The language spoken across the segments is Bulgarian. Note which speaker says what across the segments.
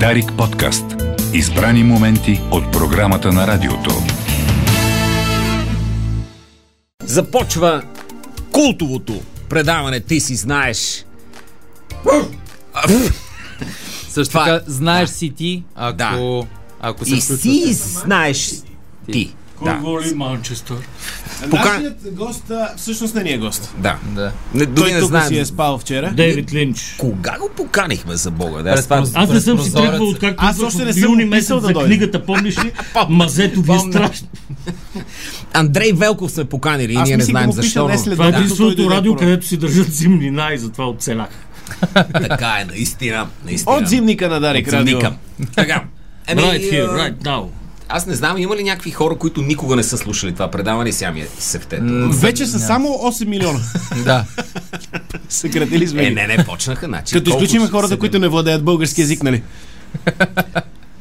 Speaker 1: Дарик подкаст. Избрани моменти от програмата на радиото.
Speaker 2: Започва култовото предаване Ти си знаеш. Също
Speaker 3: Така,
Speaker 2: така,
Speaker 3: знаеш си ти, ако,
Speaker 2: Да.
Speaker 3: ако се
Speaker 2: и
Speaker 3: включвате.
Speaker 2: си знаеш ти. Да,
Speaker 4: воли Манчестър?
Speaker 2: Пока-
Speaker 5: Нашият гост а, всъщност не ни е гост.
Speaker 2: да.
Speaker 3: Да.
Speaker 2: Не,
Speaker 5: Той
Speaker 2: дори не
Speaker 5: тук си е
Speaker 2: знаем.
Speaker 5: спал вчера.
Speaker 4: Дейвид Линч.
Speaker 2: Кога го поканихме за Бога? Да,
Speaker 3: През
Speaker 2: аз това-
Speaker 3: проз-
Speaker 4: Аз не
Speaker 3: през
Speaker 4: съм си
Speaker 3: прозореца.
Speaker 4: тръгвал откакто
Speaker 5: Аз
Speaker 4: идвах
Speaker 5: още
Speaker 4: от
Speaker 5: не съм
Speaker 4: юни
Speaker 5: описал
Speaker 4: месец
Speaker 5: да
Speaker 4: за
Speaker 5: дойда.
Speaker 4: книгата, помниш ли? Мазето ви е
Speaker 2: Помня.
Speaker 4: страшно.
Speaker 2: Андрей Велков сме поканили и
Speaker 5: Аз
Speaker 2: ние не
Speaker 5: мислих да
Speaker 2: знаем
Speaker 5: му пиша
Speaker 2: защо.
Speaker 5: днес след
Speaker 2: Но...
Speaker 4: Това е
Speaker 5: Да. Той
Speaker 4: единственото
Speaker 5: дойде
Speaker 4: радио,
Speaker 5: първо.
Speaker 4: където си държат зимнина и затова оцелях.
Speaker 2: Така е, наистина. наистина.
Speaker 5: От зимника на Дарик Радио.
Speaker 2: Зимника. Така. Еми,
Speaker 4: Right here,
Speaker 2: Ами, а,
Speaker 4: right now.
Speaker 2: Аз не знам, има ли някакви хора, които никога не са слушали това предаване и сега ми е сефтето.
Speaker 5: Вече са само 8 милиона.
Speaker 3: Да.
Speaker 5: Съкратили сме.
Speaker 2: Е,
Speaker 5: ги.
Speaker 2: не, не, почнаха. Значи,
Speaker 5: Като
Speaker 2: толкова
Speaker 5: изключим
Speaker 2: ще се-
Speaker 5: хората, които не владеят български язик, нали?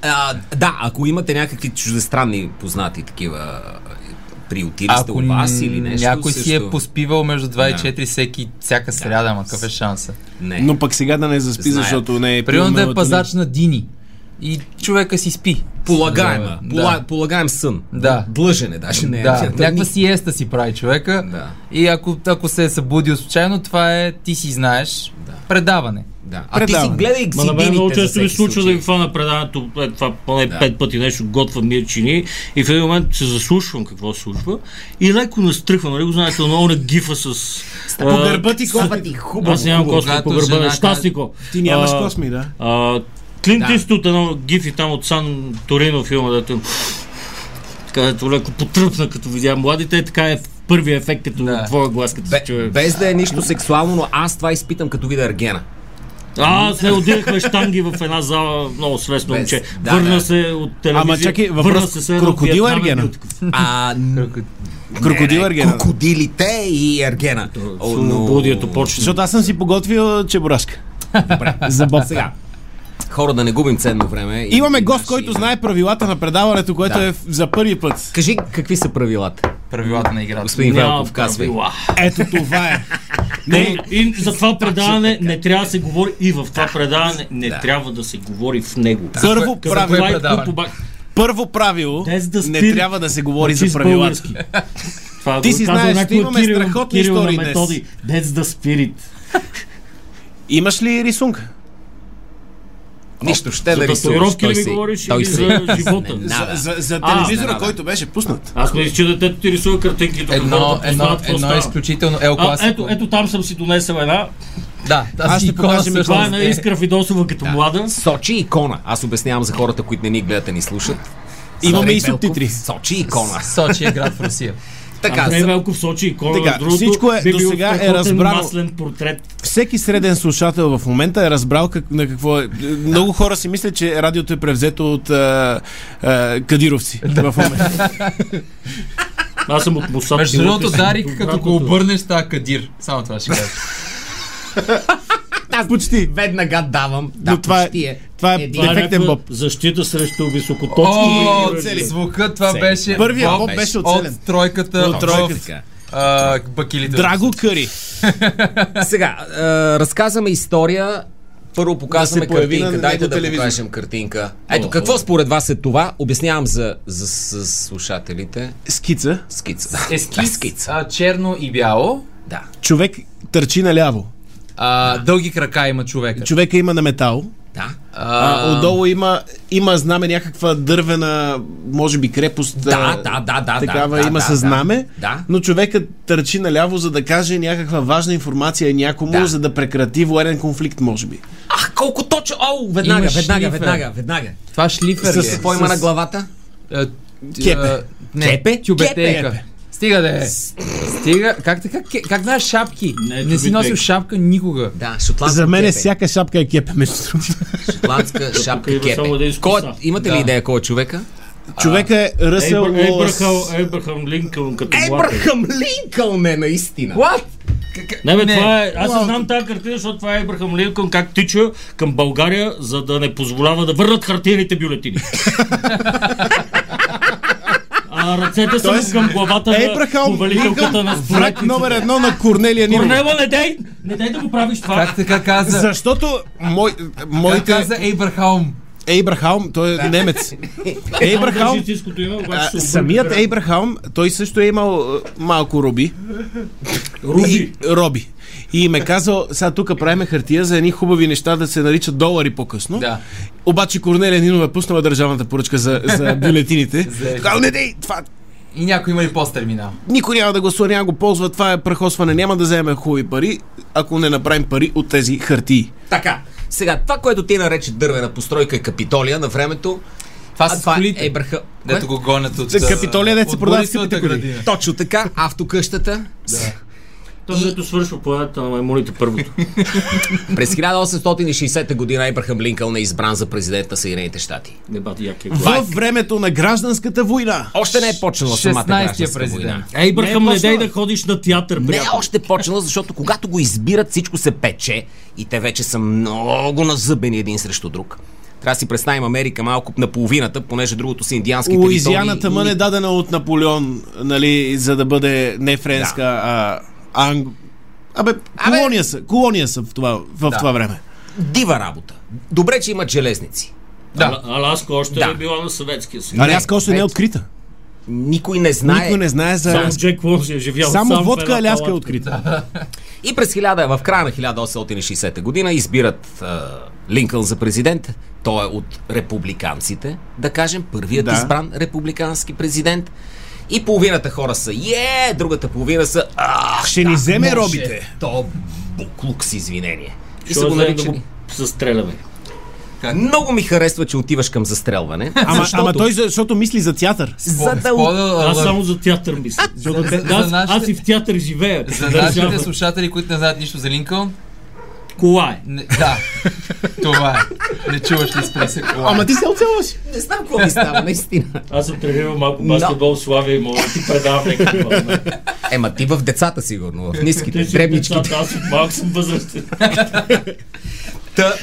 Speaker 2: А, да, ако имате някакви чуждестранни познати такива е, приютили сте
Speaker 3: Ако
Speaker 2: у вас или нещо.
Speaker 3: някой си е
Speaker 2: също-
Speaker 3: поспивал между 2 и 4 всеки, всяка сряда, ама какъв е шанса?
Speaker 2: Не.
Speaker 5: Но пък сега да не заспи,
Speaker 2: Знаят.
Speaker 5: защото не е пил
Speaker 3: Примерно да е
Speaker 5: мелатонин.
Speaker 3: пазач на Дини и човека си спи.
Speaker 2: Полагаема.
Speaker 3: Да,
Speaker 2: Пола, Полагаем сън.
Speaker 3: Да.
Speaker 2: Длъжен е даже. Не, е.
Speaker 3: Да,
Speaker 2: Той
Speaker 3: някаква
Speaker 2: ни-
Speaker 3: сиеста си прави човека
Speaker 2: Да.
Speaker 3: и ако, ако се е събудил случайно, това е ти си знаеш предаване.
Speaker 2: Да. А ти си
Speaker 5: Предаване.
Speaker 2: гледай
Speaker 4: Ма на мен много
Speaker 2: ексидините за
Speaker 4: често ми
Speaker 2: всеки
Speaker 4: се случва да
Speaker 2: случай.
Speaker 4: ви хвана предаването, е, това поне
Speaker 2: Да.
Speaker 4: пет пъти нещо готвам ние чини и в един момент се заслушвам какво се случва и леко настръхвам, нали го знаете, много на гифа с... а,
Speaker 5: По гърба ти
Speaker 2: Става
Speaker 5: косми.
Speaker 2: ти е хубаво.
Speaker 4: Аз нямам
Speaker 2: хубаво.
Speaker 4: косми по
Speaker 3: Когато
Speaker 4: гърба,
Speaker 3: жена
Speaker 4: щастнико.
Speaker 5: Ти нямаш
Speaker 4: А,
Speaker 5: косми, да.
Speaker 4: А, Клинт
Speaker 2: Да.
Speaker 4: да. Истот, едно гифи там от Сан Торино филма, дето където леко потръпна, като видя младите, е така е първият ефект, като
Speaker 3: Да.
Speaker 4: да. твоя глас, като се
Speaker 2: Бе,
Speaker 4: чуе.
Speaker 2: без да е нищо сексуално, но аз това изпитам като видя Аргена.
Speaker 4: А, се отидахме штанги в една зала, много свестно
Speaker 2: Без-
Speaker 4: момче.
Speaker 2: да,
Speaker 4: върна
Speaker 2: да.
Speaker 4: се от телевизия.
Speaker 5: Ама чакай, въпрос,
Speaker 4: върна се се едно
Speaker 5: крокодил
Speaker 4: Виетнамен
Speaker 5: Ергена?
Speaker 4: бил такъв.
Speaker 2: А, н-
Speaker 5: Крокодил
Speaker 2: не,
Speaker 5: Аргена.
Speaker 2: Крокодилите и Аргена. О, но-
Speaker 4: Словоблудието почна.
Speaker 5: Защото аз съм си подготвил чебурашка. За Боб.
Speaker 2: Сега. Хора, да не губим ценно време. И-
Speaker 5: Имаме
Speaker 2: и
Speaker 5: гост,
Speaker 2: наши-
Speaker 5: който знае правилата на предаването, което
Speaker 2: Да.
Speaker 5: е в- за първи път.
Speaker 2: Кажи какви са правилата.
Speaker 3: Правилата на играта.
Speaker 2: Господин
Speaker 4: Няма
Speaker 2: Велков, казвай.
Speaker 4: правила.
Speaker 5: Ето това е.
Speaker 4: Не, и за това предаване не трябва да се говори и в това предаване не трябва да се говори в него.
Speaker 5: Първо
Speaker 3: кое- за кое
Speaker 5: правило.
Speaker 3: е предаване?
Speaker 5: Първо правило.
Speaker 4: Без да
Speaker 5: Не
Speaker 4: спир-
Speaker 5: трябва да се говори за
Speaker 4: Чист
Speaker 5: правилата.
Speaker 4: български. Това
Speaker 5: Ти
Speaker 4: го е
Speaker 5: си
Speaker 4: казал
Speaker 5: знаеш,
Speaker 4: някой
Speaker 5: че имаме
Speaker 4: Кирил-
Speaker 5: страхотни
Speaker 4: Кирил на
Speaker 5: истории днес.
Speaker 4: методи. That's the spirit.
Speaker 5: Имаш ли рисунка?
Speaker 2: Нищо, ще
Speaker 4: За
Speaker 2: да рисуваш.
Speaker 4: татуировки
Speaker 2: Той
Speaker 4: ли ми
Speaker 2: си.
Speaker 4: говориш
Speaker 2: Той
Speaker 4: или
Speaker 2: си.
Speaker 4: за живота?
Speaker 5: За,
Speaker 2: Изненада.
Speaker 5: за, за
Speaker 4: А,
Speaker 5: телевизора,
Speaker 2: изненада.
Speaker 5: който беше пуснат.
Speaker 4: Аз мисля, че детето ти рисува картинки. Тук
Speaker 3: Едно,
Speaker 4: хората
Speaker 3: едно,
Speaker 4: познават какво
Speaker 3: едно
Speaker 4: става.
Speaker 3: изключително ел
Speaker 4: а,
Speaker 3: класико.
Speaker 4: ето, ето там съм си донесъл една.
Speaker 3: Да, аз,
Speaker 5: ще
Speaker 3: ще
Speaker 5: покажа
Speaker 3: покажа
Speaker 5: ми
Speaker 4: Това е на Искра Фидосова като млада.
Speaker 2: Сочи икона. Аз обяснявам за хората, които не ни гледат, а ни слушат.
Speaker 5: Имаме
Speaker 2: Андрей
Speaker 5: и субтитри.
Speaker 2: Велков, Сочи икона.
Speaker 3: Сочи е град в Русия.
Speaker 2: Така,
Speaker 4: Андрей
Speaker 2: за-
Speaker 4: Велков сочи и кора.
Speaker 5: Така,
Speaker 4: между другото,
Speaker 5: всичко е-
Speaker 4: би бил
Speaker 5: досега е
Speaker 4: страхотен
Speaker 5: разбрано.
Speaker 4: маслен портрет.
Speaker 5: Всеки среден слушател в момента е разбрал как, на какво е. Много хора си мислят, че радиото е превзето от а, а, кадировци в момента.
Speaker 4: Аз съм от е Мусат.
Speaker 3: Между
Speaker 4: Пилот и
Speaker 3: другото,
Speaker 4: съм
Speaker 3: Дарик,
Speaker 4: от
Speaker 3: като
Speaker 4: братото.
Speaker 3: го обърнеш, става Кадир. Само това ще кажа.
Speaker 2: аз
Speaker 5: Почти.
Speaker 2: веднага давам. Да,
Speaker 5: Но това е,
Speaker 2: почти е.
Speaker 5: това е
Speaker 2: Един.
Speaker 4: Това е
Speaker 5: дефектен
Speaker 4: някаква
Speaker 5: боб.
Speaker 4: защита срещу
Speaker 3: О,
Speaker 4: високоточни
Speaker 3: цели. Звука това беше.
Speaker 5: Първия боб
Speaker 3: от
Speaker 5: беше оцелен.
Speaker 3: от тройката.
Speaker 5: От
Speaker 3: в,
Speaker 5: тройката.
Speaker 3: а, Бакилите.
Speaker 5: Драго Къри.
Speaker 2: Сега, е, разказваме история. Първо показваме
Speaker 5: Да се появи на
Speaker 2: картинка.
Speaker 5: него
Speaker 2: Дайте да
Speaker 5: телевизор.
Speaker 2: покажем картинка. Ето, какво според вас е това? Обяснявам за, за, за слушателите.
Speaker 5: Скица.
Speaker 2: Скица. Да,
Speaker 3: Ескиц,
Speaker 2: скица.
Speaker 3: а, черно и бяло.
Speaker 2: Да.
Speaker 5: Човек търчи наляво.
Speaker 3: А, дълги крака има човека.
Speaker 5: Човека има на метал.
Speaker 2: Да.
Speaker 5: А, отдолу има, има знаме някаква дървена, може би крепост.
Speaker 2: Да,
Speaker 5: а,
Speaker 2: да, да, да.
Speaker 5: Такава
Speaker 2: да,
Speaker 5: има
Speaker 2: да,
Speaker 5: със знаме,
Speaker 2: Да. да.
Speaker 5: но човекът търчи наляво, за да каже някаква важна информация някому,
Speaker 2: Да.
Speaker 5: за да прекрати военен конфликт, може би.
Speaker 2: Ах, колко точно! О, веднага,
Speaker 3: Имаш
Speaker 2: веднага,
Speaker 3: шлифер.
Speaker 2: веднага, веднага.
Speaker 3: Това шлифер ли е?
Speaker 2: Какво има на главата?
Speaker 3: А,
Speaker 5: Кепе.
Speaker 3: а, Не,
Speaker 2: Кепе?
Speaker 3: Тюбетейка.
Speaker 5: Кепе.
Speaker 3: Стига да е. Стига. Как така? ке- Как знаеш шапки?
Speaker 4: Не,
Speaker 3: Не, си
Speaker 4: тюбетейка.
Speaker 3: носил шапка никога.
Speaker 2: Да, шотландска
Speaker 5: За мен е
Speaker 2: кепе.
Speaker 5: всяка шапка е кепе, между другото.
Speaker 2: Шотландска шапка
Speaker 4: има само
Speaker 2: кепе.
Speaker 4: един с
Speaker 2: Кой,
Speaker 4: коса.
Speaker 2: имате ли идея кой е човека?
Speaker 5: Човека е Ръсел
Speaker 4: Ейбра-
Speaker 5: Лоас.
Speaker 4: Ейбрахам- Ейбрахам Линкълн като млад. е.
Speaker 2: Ебрахам Линкълн е наистина.
Speaker 3: What?
Speaker 4: Не, бе,
Speaker 3: Не.
Speaker 4: това е. Аз не знам тази картина, защото това е Ебрахам Линкълн как тича към България, за да не позволява да върнат хартиените бюлетини. а ръцете са му към главата на
Speaker 5: Ейбрахам
Speaker 4: е повелителката на
Speaker 5: Е, Линкълн, враг
Speaker 4: според.
Speaker 5: номер едно на Корнелия Нинова.
Speaker 4: Корнела, не дей! Не дей да го правиш това.
Speaker 3: Как така каза?
Speaker 5: Защото мой,
Speaker 3: Как
Speaker 5: моите...
Speaker 3: каза Ейбърхаум?
Speaker 5: Ейбрахаум, той е немец. Ейбрахаум,
Speaker 4: Житийското е име, обаче
Speaker 5: а,
Speaker 4: се обърка.
Speaker 5: самият Ейбрахаум, той също е имал а, малко роби. Руби. И, роби. И им е казал, сега тук правиме хартия за едни хубави неща да се наричат долари по-късно.
Speaker 3: Да.
Speaker 5: Обаче Корнелия Нинова е пуснала държавната поръчка за, за бюлетините.
Speaker 3: За-
Speaker 5: Казал, не дей, това
Speaker 3: И някой има и посттерминал.
Speaker 5: никой няма да гласува, няма го ползва, това е прахосване, няма да вземе хубави пари, ако не направим пари от тези хартии.
Speaker 2: Така, сега, това, което ти нарече дървена постройка е Капитолия на времето,
Speaker 3: Това
Speaker 2: а
Speaker 3: са
Speaker 2: това е
Speaker 3: колите,
Speaker 2: Ебраха...
Speaker 3: дето го гонят от...
Speaker 5: За Капитолия, дето се
Speaker 3: от
Speaker 5: продават
Speaker 3: Борисовата
Speaker 5: скъпите коли.
Speaker 3: градина.
Speaker 2: Точно така, автокъщата.
Speaker 5: е-
Speaker 4: Там, дето свършва планета на маймуните първото.
Speaker 2: През 1860 година Ебрахам Линкълн е избран за президент на Съединените щати.
Speaker 4: Дебат яки.
Speaker 5: Във времето на гражданската война.
Speaker 2: Още не е почнала самата
Speaker 3: 16-тия
Speaker 2: гражданска война.
Speaker 3: президент.
Speaker 4: Ей, бърхам,
Speaker 5: Не е
Speaker 4: не дай
Speaker 5: почнала.
Speaker 4: да ходиш на театър,
Speaker 2: Не е
Speaker 4: приятел.
Speaker 2: още почнала, защото когато го избират, всичко се пече и те вече са много назъбени един срещу друг. Трябва да си представим Америка малко на половината, понеже другото са индиански
Speaker 5: Луизианата
Speaker 2: територии.
Speaker 5: мън е дадена от Наполеон, нали, за да бъде не френска, а анг... Абе,
Speaker 2: Абе.
Speaker 5: колония са, колония са в това, в това време.
Speaker 2: Дива работа. Добре, че имат железници.
Speaker 4: Ала- Аласка още
Speaker 2: Да.
Speaker 4: не е била на Съветския съюз.
Speaker 5: Аляска още не е открита.
Speaker 2: Никой не знае.
Speaker 5: Никой не знае за
Speaker 4: Само
Speaker 5: Аляска.
Speaker 4: Джек Лонс е живял.
Speaker 5: Само
Speaker 4: сам в
Speaker 5: водка
Speaker 4: една
Speaker 5: Аляска е
Speaker 4: палатка.
Speaker 5: открита.
Speaker 2: И през 1000, в края на 1860 година избират а, Линкълн за президент. Той е от републиканците, да кажем, първият
Speaker 5: Да.
Speaker 2: избран републикански президент. И половината хора са е, другата половина са ах,
Speaker 5: Ще ни
Speaker 2: как
Speaker 5: вземе
Speaker 2: може
Speaker 5: робите!»
Speaker 2: То буклук с извинение. И
Speaker 4: Ще
Speaker 2: са го
Speaker 4: вземем да
Speaker 2: наричали.
Speaker 4: го застреляме.
Speaker 2: Много ми харесва, че отиваш към застрелване.
Speaker 5: Ама,
Speaker 2: защото-
Speaker 5: ама той, за- защото мисли за театър.
Speaker 2: за да
Speaker 3: Спода-
Speaker 4: Аз
Speaker 3: лъ-
Speaker 4: само за театър мисля.
Speaker 3: за- за
Speaker 4: Аз,
Speaker 3: нашите-
Speaker 4: аз и в театър живея.
Speaker 3: За
Speaker 4: Държава.
Speaker 3: нашите слушатели, които не знаят нищо за Линкълн,
Speaker 4: Кола е.
Speaker 3: не, да, това е. Не чуваш ли спри се кола?
Speaker 5: Ама ти се оцелва си.
Speaker 2: не знам какво ми става, наистина.
Speaker 4: Аз съм тренирал малко баскетбол в Славия и мога да ти предавам някаква.
Speaker 2: Ема ти в децата сигурно, в ниските,
Speaker 4: Те си
Speaker 2: дребничките.
Speaker 4: децата, Аз от малко съм възрастен.
Speaker 2: Та,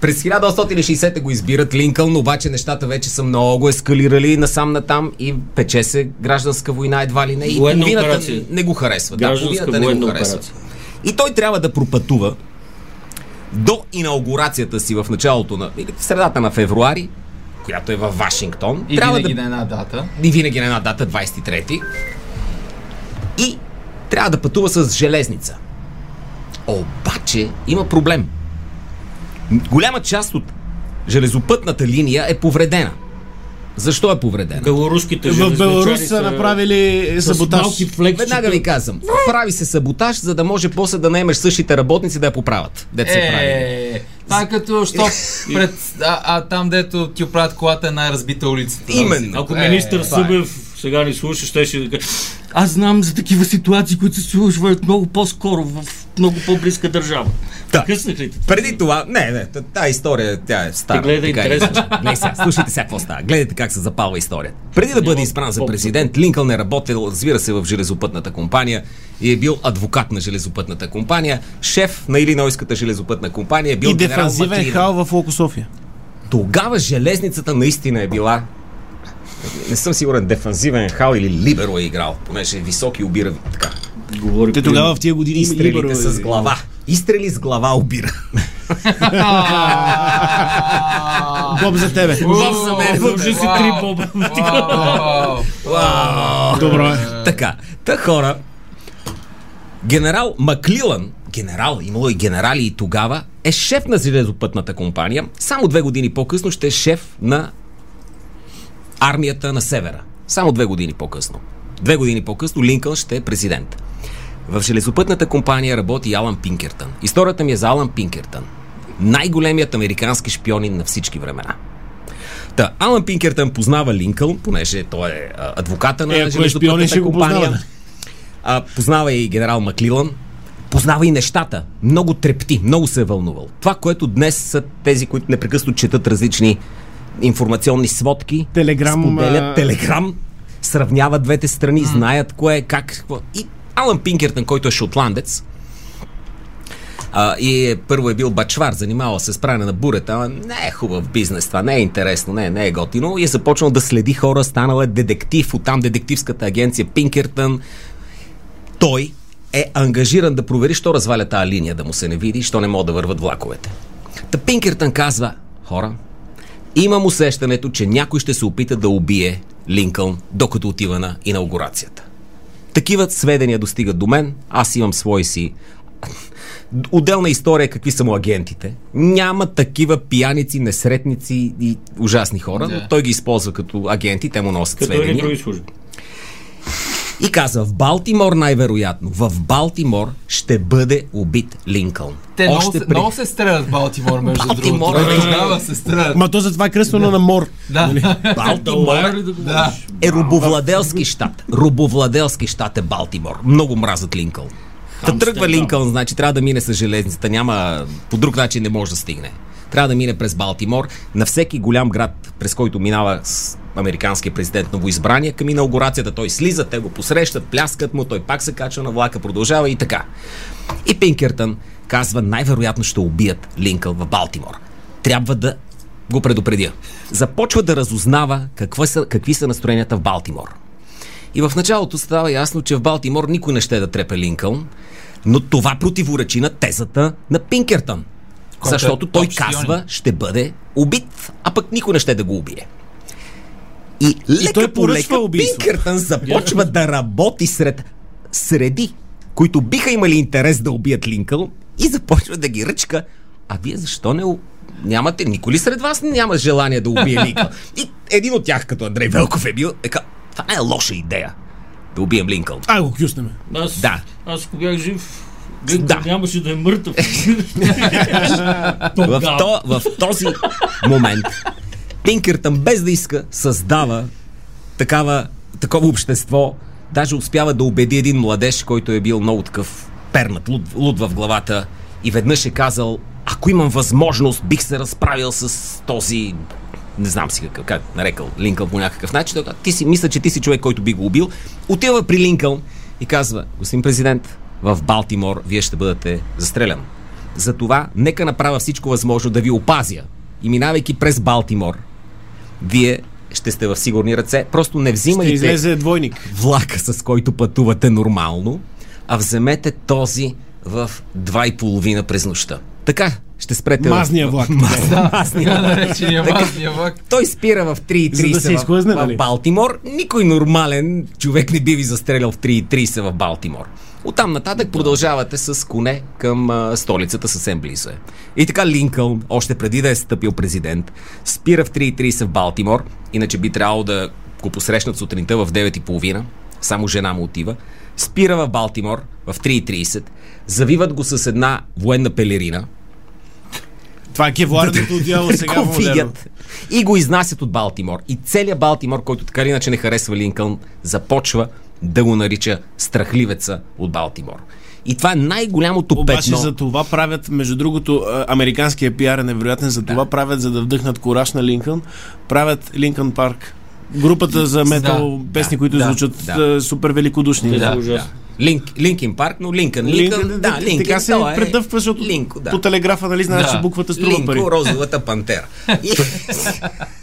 Speaker 2: през 1960 го избират Линкълн, обаче нещата вече са много ескалирали насам натам и пече се гражданска война едва ли не. И
Speaker 4: Военна
Speaker 2: половината
Speaker 4: операция.
Speaker 2: не го харесва. Да,
Speaker 4: Гражданска
Speaker 2: половината не го
Speaker 4: военна
Speaker 2: харесва.
Speaker 4: операция.
Speaker 2: И той трябва да пропътува до инаугурацията си в началото на, или в средата на февруари, която е във Вашингтон.
Speaker 3: И
Speaker 2: трябва
Speaker 3: винаги
Speaker 2: да
Speaker 3: на една дата.
Speaker 2: и винаги на една дата, 23-ти. И трябва да пътува с железница. Обаче има проблем. Голяма част от железопътната линия е повредена. Защо е повредена?
Speaker 4: Беларуските
Speaker 5: В
Speaker 4: железничари
Speaker 5: Беларус са направили
Speaker 4: е- с
Speaker 5: саботаж.
Speaker 4: малки флекчета.
Speaker 2: Веднага ви казвам. Прави се саботаж, за да може после да наемеш същите работници да я поправят. Дет се прави.
Speaker 3: Е, това е като, що пред, а, а там дето ти оправят колата е най-разбита улица.
Speaker 2: Именно.
Speaker 4: Ако
Speaker 3: Е,
Speaker 4: министър
Speaker 3: това е.
Speaker 4: Събев сега ни слуша, ще ще да каже Аз знам за такива ситуации, които се случват много по-скоро в много по-близка държава.
Speaker 2: Да.
Speaker 4: Къснах ли те?
Speaker 2: Преди това, не, не, та- тази история, тя е стара.
Speaker 4: Ти гледай
Speaker 2: така е.
Speaker 4: интересно.
Speaker 2: Гледай сега, слушайте сега какво става. Гледайте как се запалва историята. Преди да бъде избран за президент, Линкълн е работил, разбира се, в железопътната компания и е бил адвокат на железопътната компания, шеф на Илинойската железопътна компания, е бил
Speaker 5: И
Speaker 2: генерал
Speaker 5: дефанзивен
Speaker 2: Маклин.
Speaker 5: хал в Локо София.
Speaker 2: Тогава железницата наистина е била не съм сигурен, дефанзивен хал или либеро е играл, понеже е висок и обира така.
Speaker 4: Говори
Speaker 5: Те тогава в тия години има
Speaker 2: Изстрелите
Speaker 5: либерове.
Speaker 2: с глава. Изстрели с глава обира.
Speaker 5: е. Боб за тебе.
Speaker 2: Боб за мен.
Speaker 4: Дължи си три боба.
Speaker 5: Добро е.
Speaker 2: Така, та хора, генерал Маклилан, генерал, имало и генерали и тогава, е шеф на железопътната компания. Само две години по-късно ще е шеф на армията на Севера. Само две години по-късно. Две години по-късно Линкълн ще е президент. В железопътната компания работи Алан Пинкертън. Историята ми е за Алан Пинкертън. Най-големият американски шпионин на всички времена. Та, Алан Пинкертън познава Линкълн, понеже той е а, адвоката на
Speaker 5: Е, ако е шпионин, ще
Speaker 2: железопътната
Speaker 5: го
Speaker 2: компания.
Speaker 5: познава.
Speaker 2: А, познава и генерал Маклилан. Познава и нещата. Много трепти, много се е вълнувал. Това, което днес са тези, които непрекъснато четат различни информационни сводки,
Speaker 5: Телеграм, а-
Speaker 2: споделят телеграм, сравняват двете страни, знаят кое е как. какво. И Алан Пинкертън, който е шотландец, а, и е- първо е бил бачвар, занимавал се с пране на бурета, ама не е хубав бизнес, това не е интересно, не, не е готино. И е започнал да следи хора, станал е детектив, оттам детективската агенция Пинкертън. Той е ангажиран да провери, що разваля тази линия, да му се не види, що не могат да върват влаковете. Та Пинкертън казва, хора, Имам усещането, че някой ще се опита да убие Линкълн, докато отива на инаугурацията. Такива сведения достигат до мен. Аз имам свои си Отделна история какви са му агентите. Няма такива пияници, несретници и ужасни хора, но
Speaker 3: Да.
Speaker 2: той ги използва като агенти, те му носят
Speaker 4: Като е
Speaker 2: сведения.
Speaker 4: други служби.
Speaker 2: И каза, в Балтимор най-вероятно, в Балтимор ще бъде убит Линкълн.
Speaker 3: Те много, се,
Speaker 2: при-
Speaker 3: много се стрелят в Балтимор, между
Speaker 2: Балтимор,
Speaker 3: другото.
Speaker 2: да.
Speaker 3: Тогава се стрелят.
Speaker 5: Ма то затова е кръстено на мор. Нали?
Speaker 3: Да.
Speaker 2: Балтимор
Speaker 4: ли да го
Speaker 3: Да.
Speaker 4: говориш?
Speaker 2: е рубовладелски щат. Рубовладелски щат е Балтимор. Много мразят Линкълн. Та тръгва
Speaker 4: Амстердам.
Speaker 2: Линкълн, значи трябва да мине с железницата. Няма, по друг начин не може да стигне. Трябва да мине през Балтимор. На всеки голям град, през който минава с американския президент новоизбрания, към инаугурацията той слиза, те го посрещат, пляскат му, той пак се качва на влака, продължава и така. И Пинкертън казва, най-вероятно ще убият Линкъл в Балтимор. Трябва да го предупредя. Започва да разузнава какво са, какви са настроенията в Балтимор. И в началото става ясно, че в Балтимор никой не ще е да трепе Линкълн, но това противоречи на тезата на Пинкертън.
Speaker 3: Който е
Speaker 2: защото
Speaker 3: топ
Speaker 2: той
Speaker 3: шпионин.
Speaker 2: казва, ще бъде убит, а пък никой не ще е да го убие. И лека
Speaker 5: той
Speaker 2: по лека
Speaker 5: поръчва убийство.
Speaker 2: Пинкертън започва да работи сред среди, които биха имали интерес да убият Линкъл и започва да ги ръчка. А вие защо не у- нямате? Никой ли сред вас няма желание да убие Линкъл? И един от тях, като Андрей Велков е бил, е ка, това не е лоша идея. Да убием Линкъл.
Speaker 5: А, го кюснеме.
Speaker 4: Аз,
Speaker 2: Да.
Speaker 4: аз ако бях жив, Глинко
Speaker 2: Да.
Speaker 4: нямаше да е мъртъв.
Speaker 2: В,
Speaker 4: Тогава.
Speaker 2: то, в този момент Пинкертън без да иска създава такава, такова общество. Даже успява да убеди един младеж, който е бил много такъв пернат, луд, луд в главата и веднъж е казал, ако имам възможност, бих се разправил с този не знам си какъв, как нарекал Линкъл по някакъв начин. Той казва, Ти си, мисля, че ти си човек, който би го убил. Отива при Линкъл и казва, господин президент, в Балтимор вие ще бъдете застрелян. Затова нека направя всичко възможно да ви опазя. И минавайки през Балтимор, вие ще сте в сигурни ръце. Просто не
Speaker 5: Ще
Speaker 2: взимайте
Speaker 5: излезе двойник.
Speaker 2: влака, с който пътувате нормално, а вземете този в 2,5 през нощта. Така, ще спрете... в-
Speaker 5: Мазния влак.
Speaker 2: Мазния
Speaker 3: Така
Speaker 2: влак.
Speaker 3: наречения мазния влак.
Speaker 2: Той спира в 3.30
Speaker 5: За да се
Speaker 2: в-
Speaker 5: изхлъзне,
Speaker 2: в,
Speaker 5: нали?
Speaker 2: Балтимор. Никой нормален човек не би ви застрелял в 3.30 в Балтимор. Оттам нататък продължавате с коне към а, столицата съвсем близо е. И така Линкълн, още преди да е стъпил президент, спира в 3.30 в Балтимор, иначе би трябвало да го посрещнат сутринта в 9.30, само жена му отива. Спира в Балтимор в 3.30, завиват го с една военна пелерина,
Speaker 5: Това е кевларното отдяло сега в
Speaker 2: го
Speaker 5: модерно.
Speaker 2: видят и го изнасят от Балтимор. И целият Балтимор, който така или иначе не харесва Линкълн, започва да го нарича страхливеца от Балтимор. И това е най-голямото
Speaker 5: Обаче
Speaker 2: петно.
Speaker 5: за това правят, между другото, а, американския пиар е невероятен, за това правят, за да вдъхнат кораж на Линкън, правят Линкън Парк. Групата за метал песни, които
Speaker 2: да,
Speaker 5: звучат
Speaker 2: да.
Speaker 5: а, супер великодушни.
Speaker 4: Те
Speaker 5: Да.
Speaker 4: са
Speaker 3: да.
Speaker 4: ужасни.
Speaker 2: Линк, Линкин парк, но Линкън, Линкън,
Speaker 5: Линкън,
Speaker 2: да, Линкън,
Speaker 5: така се
Speaker 2: той е-
Speaker 5: предъвква, защото
Speaker 2: Линко, да.
Speaker 5: по телеграфа, нали, знаеш,
Speaker 3: Да.
Speaker 5: че буквата струва
Speaker 2: Линко,
Speaker 5: пари.
Speaker 2: розовата пантера. И-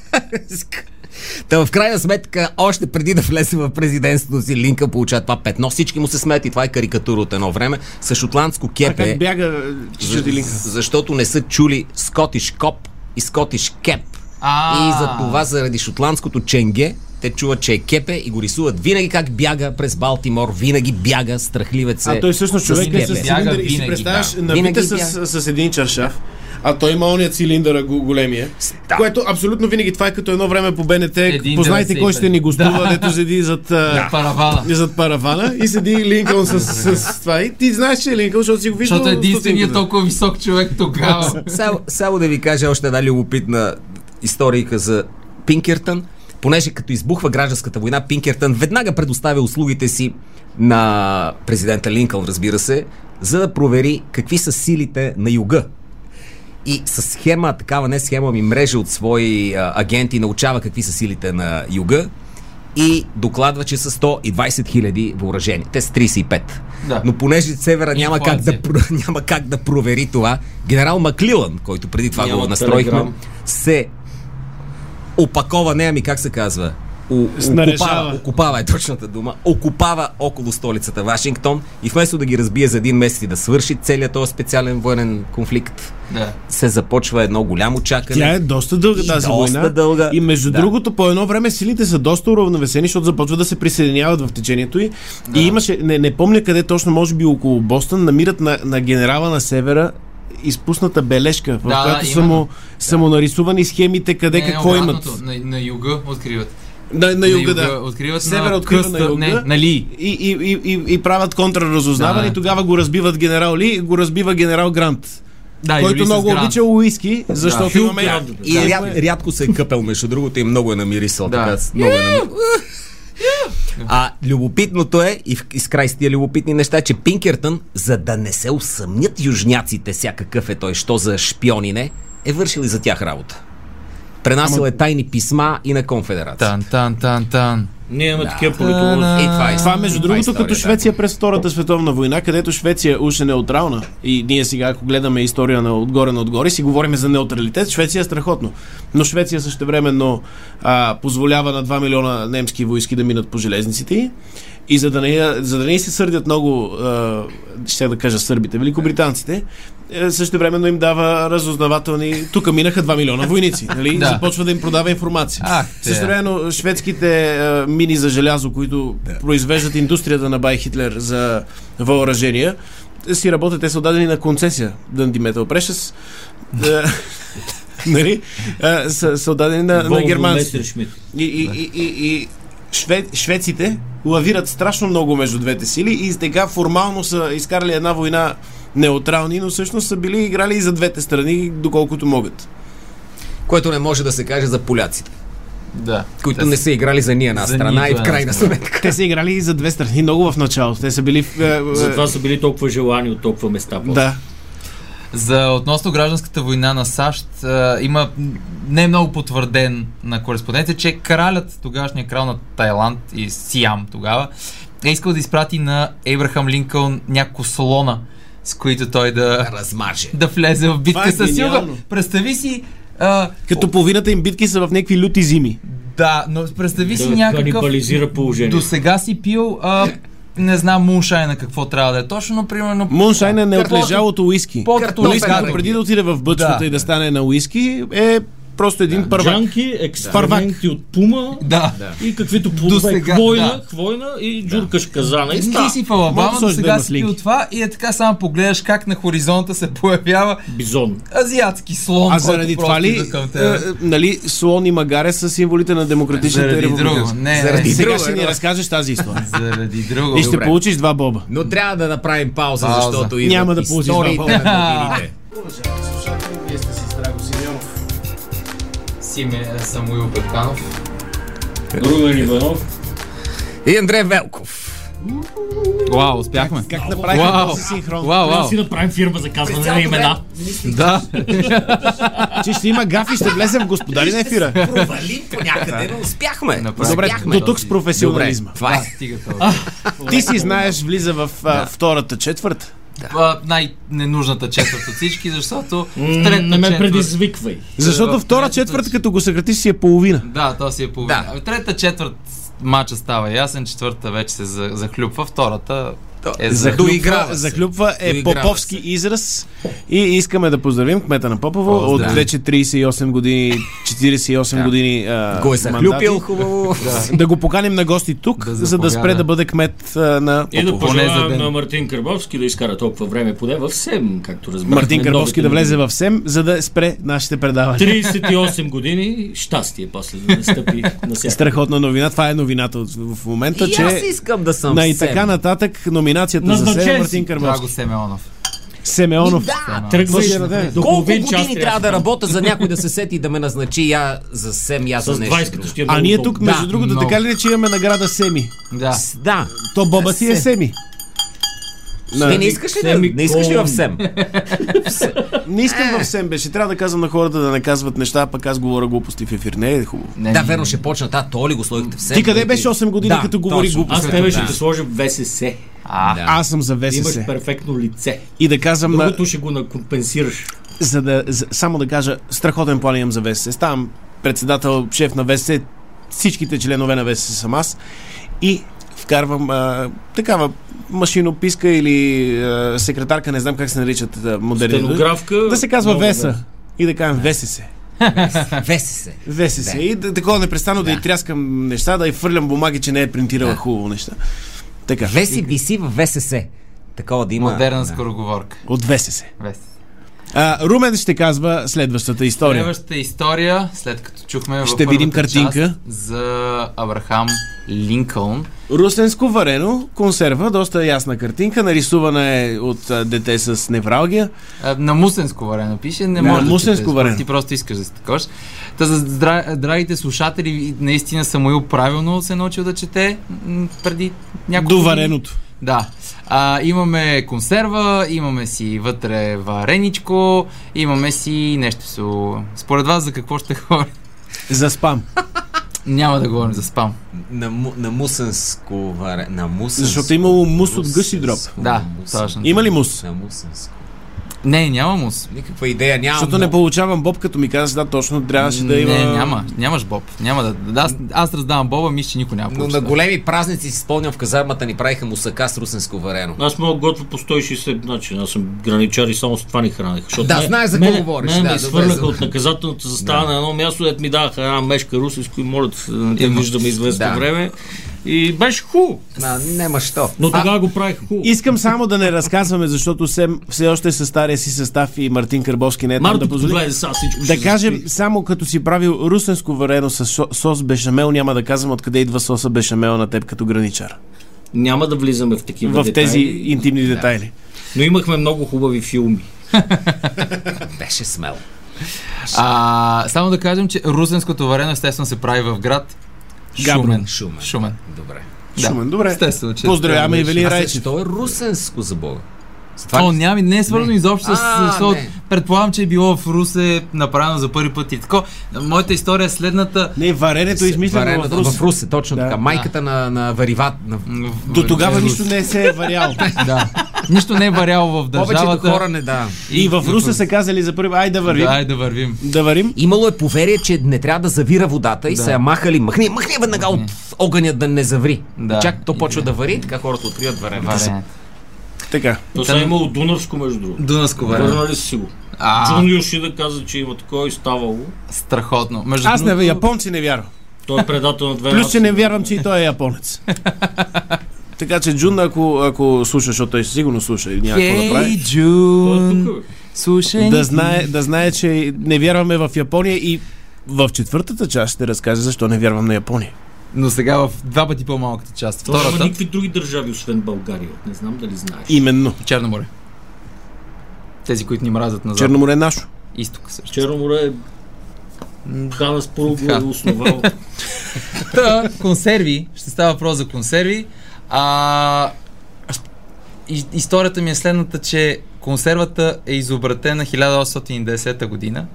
Speaker 2: Та в крайна сметка, още преди да влезе в президентството си, Линка получава това петно. Всички му се смеят и това е карикатура от едно време. С шотландско
Speaker 5: А
Speaker 2: кепе.
Speaker 5: как бяга чичо Линкън?
Speaker 2: Защото не са чули скотиш коп и скотиш кеп.
Speaker 3: А.
Speaker 2: И за това, заради шотландското ченге, те чуват, че е кепе и го рисуват винаги как бяга през Балтимор, винаги бяга страхливец.
Speaker 5: А той всъщност човек е с
Speaker 2: кепе.
Speaker 3: Бяга
Speaker 5: цилиндър и си
Speaker 3: винаги,
Speaker 5: представяш
Speaker 3: да.
Speaker 5: набита
Speaker 2: Винаги
Speaker 5: с, с, един чаршаф, а той има ония цилиндър а, го- големия,
Speaker 2: Да.
Speaker 5: което абсолютно винаги това е като едно време по БНТ.
Speaker 3: Един
Speaker 5: Познайте кой
Speaker 3: 95.
Speaker 5: ще ни гостува, дето седи зад, да.
Speaker 3: Паравана.
Speaker 5: зад паравана и седи Линкълн с, с, с това. И ти знаеш, че е Линкълн, защото си го виждал.
Speaker 3: Защото единственият
Speaker 5: стотинката.
Speaker 3: толкова висок човек тогава.
Speaker 2: Само, само да ви кажа още една любопитна историка за Пинкертън. Понеже като избухва гражданската война, Пинкертън веднага предоставя услугите си на президента Линкълн, разбира се, за да провери какви са силите на юга. И с схема, такава не схема, ми мрежа от свои а, агенти научава какви са силите на юга и докладва, че са 120 хиляди въоръжени. Те са 35.
Speaker 3: Да.
Speaker 2: Но понеже севера няма как, да, про- няма как да провери това, генерал Маклилан, който преди това
Speaker 4: Няма
Speaker 2: го настроихме,
Speaker 4: телеграм.
Speaker 2: се опакова, не, ами как се казва, о-
Speaker 5: Снаряжава.
Speaker 2: окупава, окупава е точната дума, окупава около столицата Вашингтон и вместо да ги разбие за един месец и да свърши целият този специален военен конфликт,
Speaker 3: Да.
Speaker 2: се започва едно голямо чакане.
Speaker 5: Тя е доста дълга
Speaker 2: И
Speaker 5: тази
Speaker 2: доста
Speaker 5: война.
Speaker 2: дълга.
Speaker 5: И между
Speaker 2: Да.
Speaker 5: другото, по едно време силите са доста уравновесени, защото започват да се присъединяват в течението й. И имаше, не, не помня къде точно, може би около Бостън, намират на, на генерала на севера изпусната бележка, в
Speaker 3: Да, да,
Speaker 5: която са
Speaker 3: именно.
Speaker 5: му, са му нарисувани схемите къде
Speaker 3: Не,
Speaker 5: какво имат.
Speaker 3: обратното. На, на юга откриват.
Speaker 5: На, на юга, да.
Speaker 3: Откриват
Speaker 5: Севера
Speaker 3: на
Speaker 5: открива на
Speaker 3: кръста,
Speaker 5: юга.
Speaker 3: не, на Ли.
Speaker 5: И, и, и, и, и правят контраразузнаване
Speaker 3: Да.
Speaker 5: и тогава го разбиват генерал Ли и го разбива генерал Грант,
Speaker 3: Да,
Speaker 5: който
Speaker 3: Юлисис
Speaker 5: много
Speaker 3: Грант.
Speaker 5: обича уиски, защото
Speaker 4: Хю
Speaker 5: имаме...
Speaker 4: Грант.
Speaker 2: И
Speaker 5: Да.
Speaker 2: ряд, рядко се е къпел, между другото, и много е намирисал.
Speaker 3: Да.
Speaker 2: Така, с- много е намирисал. А любопитното е, и в- и с край с тия любопитни неща, е, че Пинкертън, за да не се усъмнят южняците, сега какъв е той, що за шпионине, е вършил и за тях работа. Пренасил е тайни писма и на конфедерацията.
Speaker 3: Тан, тан, тан, тан.
Speaker 4: Ние имаме такива политолози.
Speaker 2: И това е
Speaker 5: Това, между
Speaker 2: това е
Speaker 5: другото, като
Speaker 2: историята.
Speaker 5: Швеция през Втората световна война, където Швеция уж е неутрална. И ние сега, ако гледаме история на отгоре на отгоре, си говорим за неутралитет. Швеция е страхотно. Но Швеция същевременно а, позволява на 2 милиона немски войски да минат по железниците й. И за да не, я- за да не й се сърдят много, а, ще да кажа сърбите, великобританците, също времено им дава разузнавателни... Тук минаха 2 милиона войници, нали?
Speaker 3: Да.
Speaker 5: Започва да им продава информация.
Speaker 3: Ах, те.
Speaker 5: Също Обикновено шведските а, мини за желязо, които да. произвеждат индустрията на Бай Хитлер за въоръжения, си работят, те са отдадени на концесия. Дънди Метал Прешес. Е, Нали? А, са, са отдадени на, на германците. И, и, и, и, и швед, шведците лавират страшно много между двете сили и сега формално са изкарали една война неутрални, но всъщност са били играли и за двете страни, доколкото могат.
Speaker 2: Което не може да се каже за поляците,
Speaker 3: Да.
Speaker 2: които
Speaker 3: Те
Speaker 2: не
Speaker 3: са-
Speaker 2: са играли за ние една
Speaker 3: За е
Speaker 2: страна и
Speaker 3: нито
Speaker 2: в крайна
Speaker 3: една
Speaker 2: сметка.
Speaker 5: Те са играли и за две страни много в началото. Те са били... в, е, е,
Speaker 4: Затова са били толкова желани от толкова места. после.
Speaker 5: Да.
Speaker 3: За относно гражданската война на САЩ а, има м, не е много потвърден на кореспонденция, че кралят, тогавашният крал на Тайланд и Сиам тогава, е искал да изпрати на Ейбрахам Линкълн няколко слона, с които той да,
Speaker 2: Размаже.
Speaker 3: да влезе в битка
Speaker 5: Това е
Speaker 3: с юга.
Speaker 5: гениално.
Speaker 3: Представи си а,
Speaker 5: Като половината им битки са в някакви люти зими.
Speaker 3: да, но представи си
Speaker 4: Да
Speaker 3: някакъв
Speaker 4: канибализира положението.
Speaker 3: до сега си пил а, не знам муншайна какво трябва да е точно, но примерно
Speaker 5: Муншайна не е
Speaker 3: Какво-
Speaker 5: отлежалото уиски.
Speaker 3: по-като
Speaker 2: Картофен
Speaker 5: Уискито
Speaker 2: Караги.
Speaker 5: преди да отиде в бъчвата
Speaker 3: Да.
Speaker 5: и да стане на уиски е просто един първак.
Speaker 4: Джанки, експерименти от пума
Speaker 3: Да.
Speaker 4: и каквито плодове.
Speaker 3: сега,
Speaker 4: Хвойна,
Speaker 3: да.
Speaker 4: хвойна и джуркаш казана. И
Speaker 3: Ти
Speaker 4: ста.
Speaker 3: си в Алабама,
Speaker 5: Мога
Speaker 3: но
Speaker 5: също да
Speaker 3: сега
Speaker 5: Е, има
Speaker 3: си
Speaker 5: слинги.
Speaker 3: пил това и е така само погледаш как на хоризонта се появява
Speaker 4: Бизон.
Speaker 3: азиатски слон.
Speaker 5: А
Speaker 3: който
Speaker 5: заради
Speaker 3: просто
Speaker 5: това ли,
Speaker 3: идва към
Speaker 5: е,
Speaker 3: тебе.
Speaker 5: е, нали, слон и магаре са символите на демократичната
Speaker 3: Заради
Speaker 5: република.
Speaker 3: друго. Не,
Speaker 2: Заради
Speaker 3: заради,
Speaker 5: Сега
Speaker 2: друго,
Speaker 5: ще
Speaker 2: едно.
Speaker 5: ни разкажеш тази история.
Speaker 3: заради друго.
Speaker 5: И ще
Speaker 2: Добре.
Speaker 5: получиш два боба.
Speaker 2: Но трябва да направим пауза,
Speaker 3: Пауза.
Speaker 2: защото идват
Speaker 5: Няма да получиш
Speaker 2: историите
Speaker 5: два боба.
Speaker 2: на новините.
Speaker 5: Уважаеми слушатели, вие сте си Драго Симеонов.
Speaker 3: Симе Самуил Петканов.
Speaker 4: Румен Иванов.
Speaker 2: И Андре Велков.
Speaker 3: Вау, успяхме.
Speaker 5: Как направихме този синхрон?
Speaker 3: Вау,
Speaker 4: Трябва да
Speaker 3: вау.
Speaker 4: си направим фирма за казване на имена.
Speaker 3: Да.
Speaker 5: Че ще има гаф и ще влезем в господари на ефира.
Speaker 2: Провалим по някъде, но успяхме.
Speaker 3: Направо.
Speaker 5: Добре,
Speaker 2: Успяхме.
Speaker 5: до тук с професионализма.
Speaker 2: това е.
Speaker 3: Стига това.
Speaker 5: Ти си знаеш, влиза в а, втората четвърта.
Speaker 3: А, Най-ненужната четвърт от всички, защото в
Speaker 4: М, Не
Speaker 3: третата
Speaker 4: ме
Speaker 3: четвърт...
Speaker 4: предизвиквай.
Speaker 5: Защото
Speaker 3: в
Speaker 5: втора
Speaker 3: третата
Speaker 5: четвърта,
Speaker 3: си.
Speaker 5: като го съкратиш, си е половина.
Speaker 3: Да, то си е половина.
Speaker 2: Да.
Speaker 3: Да. Трета четвърт мача става ясен, четвърта вече се за- захлюпва, втората е за...
Speaker 2: Захлю- Доиграва се.
Speaker 5: захлюпва е
Speaker 2: Доиграва
Speaker 5: поповски израз и искаме да поздравим кмета на Попово от
Speaker 2: Поздрави.
Speaker 5: вече 38 години, 48 години а,
Speaker 2: Го е захлюпил
Speaker 5: мандати.
Speaker 2: хубаво.
Speaker 5: Да го поканим на гости тук,
Speaker 3: Да
Speaker 5: за да спре
Speaker 3: заповяда.
Speaker 5: да бъде кмет а, на
Speaker 4: И да
Speaker 5: Попово.
Speaker 3: поне за
Speaker 4: пожелаем
Speaker 3: ден.
Speaker 4: на Мартин Карбовски да изкара толкова време поне в СЕМ, както разбрахме.
Speaker 5: Мартин Карповски
Speaker 4: новите
Speaker 5: да влезе
Speaker 4: новини.
Speaker 5: в СЕМ, за да спре нашите предавания.
Speaker 4: 38 години, щастие после да настъпи на всяка.
Speaker 5: Е Страхотна новина. Това е новината от- в момента,
Speaker 2: И аз
Speaker 5: че
Speaker 2: искам да съм
Speaker 5: на и
Speaker 2: Сем.
Speaker 5: така нататък номинацията за
Speaker 4: Назначен
Speaker 5: СЕМ
Speaker 4: си.
Speaker 5: Мартин
Speaker 3: Драго
Speaker 5: Карповски.
Speaker 3: Семеонов.
Speaker 5: Семеонов.
Speaker 2: Да,
Speaker 4: Тръгваш
Speaker 5: Слушай, да, да.
Speaker 4: до
Speaker 2: колко
Speaker 4: половин час
Speaker 2: години трябва да работя за някой да се сети и да ме назначи я за СЕМ, я за
Speaker 4: С
Speaker 2: нещо
Speaker 4: 20 като
Speaker 2: друго?
Speaker 4: ще е
Speaker 5: А
Speaker 4: много
Speaker 5: ние
Speaker 4: удобно.
Speaker 5: тук, между
Speaker 2: Да,
Speaker 5: другото,
Speaker 3: много.
Speaker 5: така ли не, че имаме награда Семи?
Speaker 3: Да.
Speaker 2: С- Да,
Speaker 5: То баба си е
Speaker 2: Се.
Speaker 5: Семи.
Speaker 2: ти не искаш ли, да,
Speaker 4: Семи
Speaker 2: не искаш ли
Speaker 4: Кон.
Speaker 2: в СЕМ? Е.
Speaker 5: Не искам в СЕМ беше. Трябва да казвам на хората да не казват неща, а пък аз говоря глупости в ефир. Не е хубаво.
Speaker 3: Не,
Speaker 2: Да,
Speaker 3: не,
Speaker 2: верно ще почна. Да, то ли го сложихте в СЕМ?
Speaker 5: Ти къде беше 8 години,
Speaker 2: Да,
Speaker 5: като говори
Speaker 2: точно.
Speaker 5: глупости?
Speaker 4: Аз тебе ще те сложа в ВСС.
Speaker 3: А,
Speaker 2: Да.
Speaker 5: Аз съм за
Speaker 4: Имаш
Speaker 5: ВСС.
Speaker 4: перфектно лице.
Speaker 5: И да казвам, на,
Speaker 4: Другото ще го накомпенсираш.
Speaker 5: за да, за, само да кажа, страхотен план имам за ВСС. Ставам председател, шеф на ВСС всичките членове на ВСС съм аз и вкарвам а, такава машинописка или а, секретарка, не знам как се наричат а, модерни.
Speaker 4: Стенографка.
Speaker 5: Да се казва
Speaker 4: много
Speaker 5: Веса. И да кажем Весе се.
Speaker 2: Веси се.
Speaker 5: Весе се.
Speaker 2: Да.
Speaker 5: И да, такова непрестанно да. да
Speaker 2: Да.
Speaker 5: и тряскам неща, да и фърлям бумаги, че не е принтирала
Speaker 2: Да.
Speaker 5: хубаво неща. Така.
Speaker 2: Веси
Speaker 5: И-
Speaker 2: биси в ВСС. Такова да има.
Speaker 3: Модерна
Speaker 2: да.
Speaker 3: скороговорка.
Speaker 5: От Весе се.
Speaker 3: Вест.
Speaker 5: А, Румен ще казва следващата история.
Speaker 3: Следващата история, след като чухме
Speaker 5: Ще
Speaker 3: в
Speaker 5: видим
Speaker 3: първата
Speaker 5: картинка.
Speaker 3: част за Абрахам Линкълн.
Speaker 5: Русенско варено, консерва, доста ясна картинка, нарисувана е от а, дете с невралгия.
Speaker 3: А, На мусенско варено пише, не
Speaker 5: На
Speaker 3: може да
Speaker 5: мусенско
Speaker 3: четеш,
Speaker 5: варено.
Speaker 3: Ти просто искаш да се такош. Та за здра- драгите слушатели, наистина Самуил правилно се е научил да чете м, преди няколко
Speaker 5: До
Speaker 3: години.
Speaker 5: вареното.
Speaker 3: Да. А, имаме консерва, имаме си вътре вареничко, имаме си нещо со... Според вас за какво ще говорим?
Speaker 5: За спам.
Speaker 3: Няма да говорим за спам.
Speaker 2: На, му- на мусенско варе. На мусенско.
Speaker 5: Защото имало мус от гъси дроб.
Speaker 3: Да,
Speaker 2: мусенско.
Speaker 3: точно.
Speaker 5: Има ли мус?
Speaker 2: На мусенско.
Speaker 3: Не, няма мус.
Speaker 2: Никаква идея нямам.
Speaker 5: Защото не получавам боб, като ми каза, да, точно трябваше да има...
Speaker 3: Не, няма. Нямаш боб. Няма да... да аз, аз раздавам боба, мисля, че никой няма да
Speaker 2: Но
Speaker 3: получи
Speaker 2: на
Speaker 3: това.
Speaker 2: големи празници си спомням в казармата ни правиха мусака с русенско варено.
Speaker 4: Аз мога готвя по 160 начин. Аз съм граничар и само с това ни хранех. Защото
Speaker 2: Да,
Speaker 4: мен-
Speaker 2: знаеш за какво
Speaker 4: мене-
Speaker 2: говориш,
Speaker 4: Мене
Speaker 2: да,
Speaker 4: ме
Speaker 2: добре,
Speaker 4: свърнаха
Speaker 2: за-
Speaker 4: от наказателната застава на едно място, дето ми даваха една мешка русинско и моля да се- да не те
Speaker 3: Има.
Speaker 4: виждаме известно
Speaker 2: Да.
Speaker 4: време. И беше хубаво.
Speaker 2: На, нема що.
Speaker 4: Но тогава го правих хубаво.
Speaker 5: Искам само да не разказваме, защото все, все още със стария си състав и Мартин Карбовски не е там
Speaker 4: Марто,
Speaker 5: да позволи.
Speaker 4: погледай сега всичко. ще
Speaker 5: Да кажем,
Speaker 4: застри.
Speaker 5: само като си правил русенско варено с шо- сос бешамел, няма да казвам откъде идва соса бешамел на теб като граничар.
Speaker 4: Няма да влизаме в такива
Speaker 5: В тези
Speaker 4: детайли,
Speaker 5: интимни детайли.
Speaker 4: но имахме много хубави филми.
Speaker 2: Беше смел.
Speaker 3: А, само да кажем, че русенското варено естествено се прави в град
Speaker 5: Габрово.
Speaker 3: Шумен.
Speaker 2: Шумен.
Speaker 3: Шумен.
Speaker 2: Добре.
Speaker 3: Да.
Speaker 5: Шумен, добре.
Speaker 3: Естествено, че...
Speaker 5: Поздравяваме и Велин
Speaker 2: Аз
Speaker 5: Райчев.
Speaker 2: се, то е русенско за Бога. С това
Speaker 3: О,
Speaker 2: ли-
Speaker 3: няма, не е свързано
Speaker 2: Не.
Speaker 3: изобщо с...
Speaker 2: А,
Speaker 3: с- с
Speaker 2: не.
Speaker 3: предполагам, че е било в Русе направено за първи път и тако. Моята история е следната.
Speaker 5: Не, варенето е измислено
Speaker 2: варено-
Speaker 5: в Русе.
Speaker 2: В Русе, точно
Speaker 5: Да.
Speaker 2: така. Майката на, на вариват. На...
Speaker 5: До тогава
Speaker 3: Е,
Speaker 5: нищо не се е варяло.
Speaker 3: Да. Нищо не е варяло в държавата.
Speaker 2: Повечето хора не да.
Speaker 5: И в Руса са казали за първи, ай да вървим.
Speaker 3: Да, ай да вървим.
Speaker 5: Да варим.
Speaker 2: Имало е поверие, че не трябва да завира водата и
Speaker 3: Да.
Speaker 2: да. се я махали. Махни, махни веднага от огъня да не заври.
Speaker 3: Да.
Speaker 2: Да. Чак то почва
Speaker 3: И-
Speaker 2: да вари, така хората откриват варено.
Speaker 3: Варенето.
Speaker 5: Така.
Speaker 4: То сега имало Дунавско, между другото.
Speaker 3: Дунавско варено.
Speaker 4: Върнали си си го.
Speaker 3: А,
Speaker 4: Джун Йошида каза, че има такова и ставало.
Speaker 3: страхотно. Между
Speaker 5: Аз не
Speaker 3: другото-
Speaker 5: вярвам, японци не вярвам.
Speaker 4: Той е предател на две
Speaker 5: Плюс, че не
Speaker 4: нации.
Speaker 5: вярвам, че и той е японец. Така че Джун, ако, ако слуша, защото той сигурно слуша и няма какво да
Speaker 3: Ей,
Speaker 5: прави,
Speaker 4: Той е
Speaker 3: Джун,
Speaker 4: тук, бе.
Speaker 3: слушай.
Speaker 5: да знае, да знае, че не вярваме в Япония и в четвъртата част ще разкажа защо не вярвам на Япония.
Speaker 3: Но сега в два пъти по-малката част.
Speaker 4: Той има
Speaker 3: Втората.
Speaker 4: никакви други държави, освен България. Не знам дали знаеш.
Speaker 5: Именно.
Speaker 3: Черно море. Тези, които ни мразят назад.
Speaker 5: Черно море е нашо.
Speaker 3: Изток също.
Speaker 4: Черно море е Хана Спуров го е
Speaker 3: Ха.
Speaker 4: основал.
Speaker 3: Та, консерви. Ще става въпрос за консерви. А, и- историята ми е следната, че консервата е изобретена 1810 година.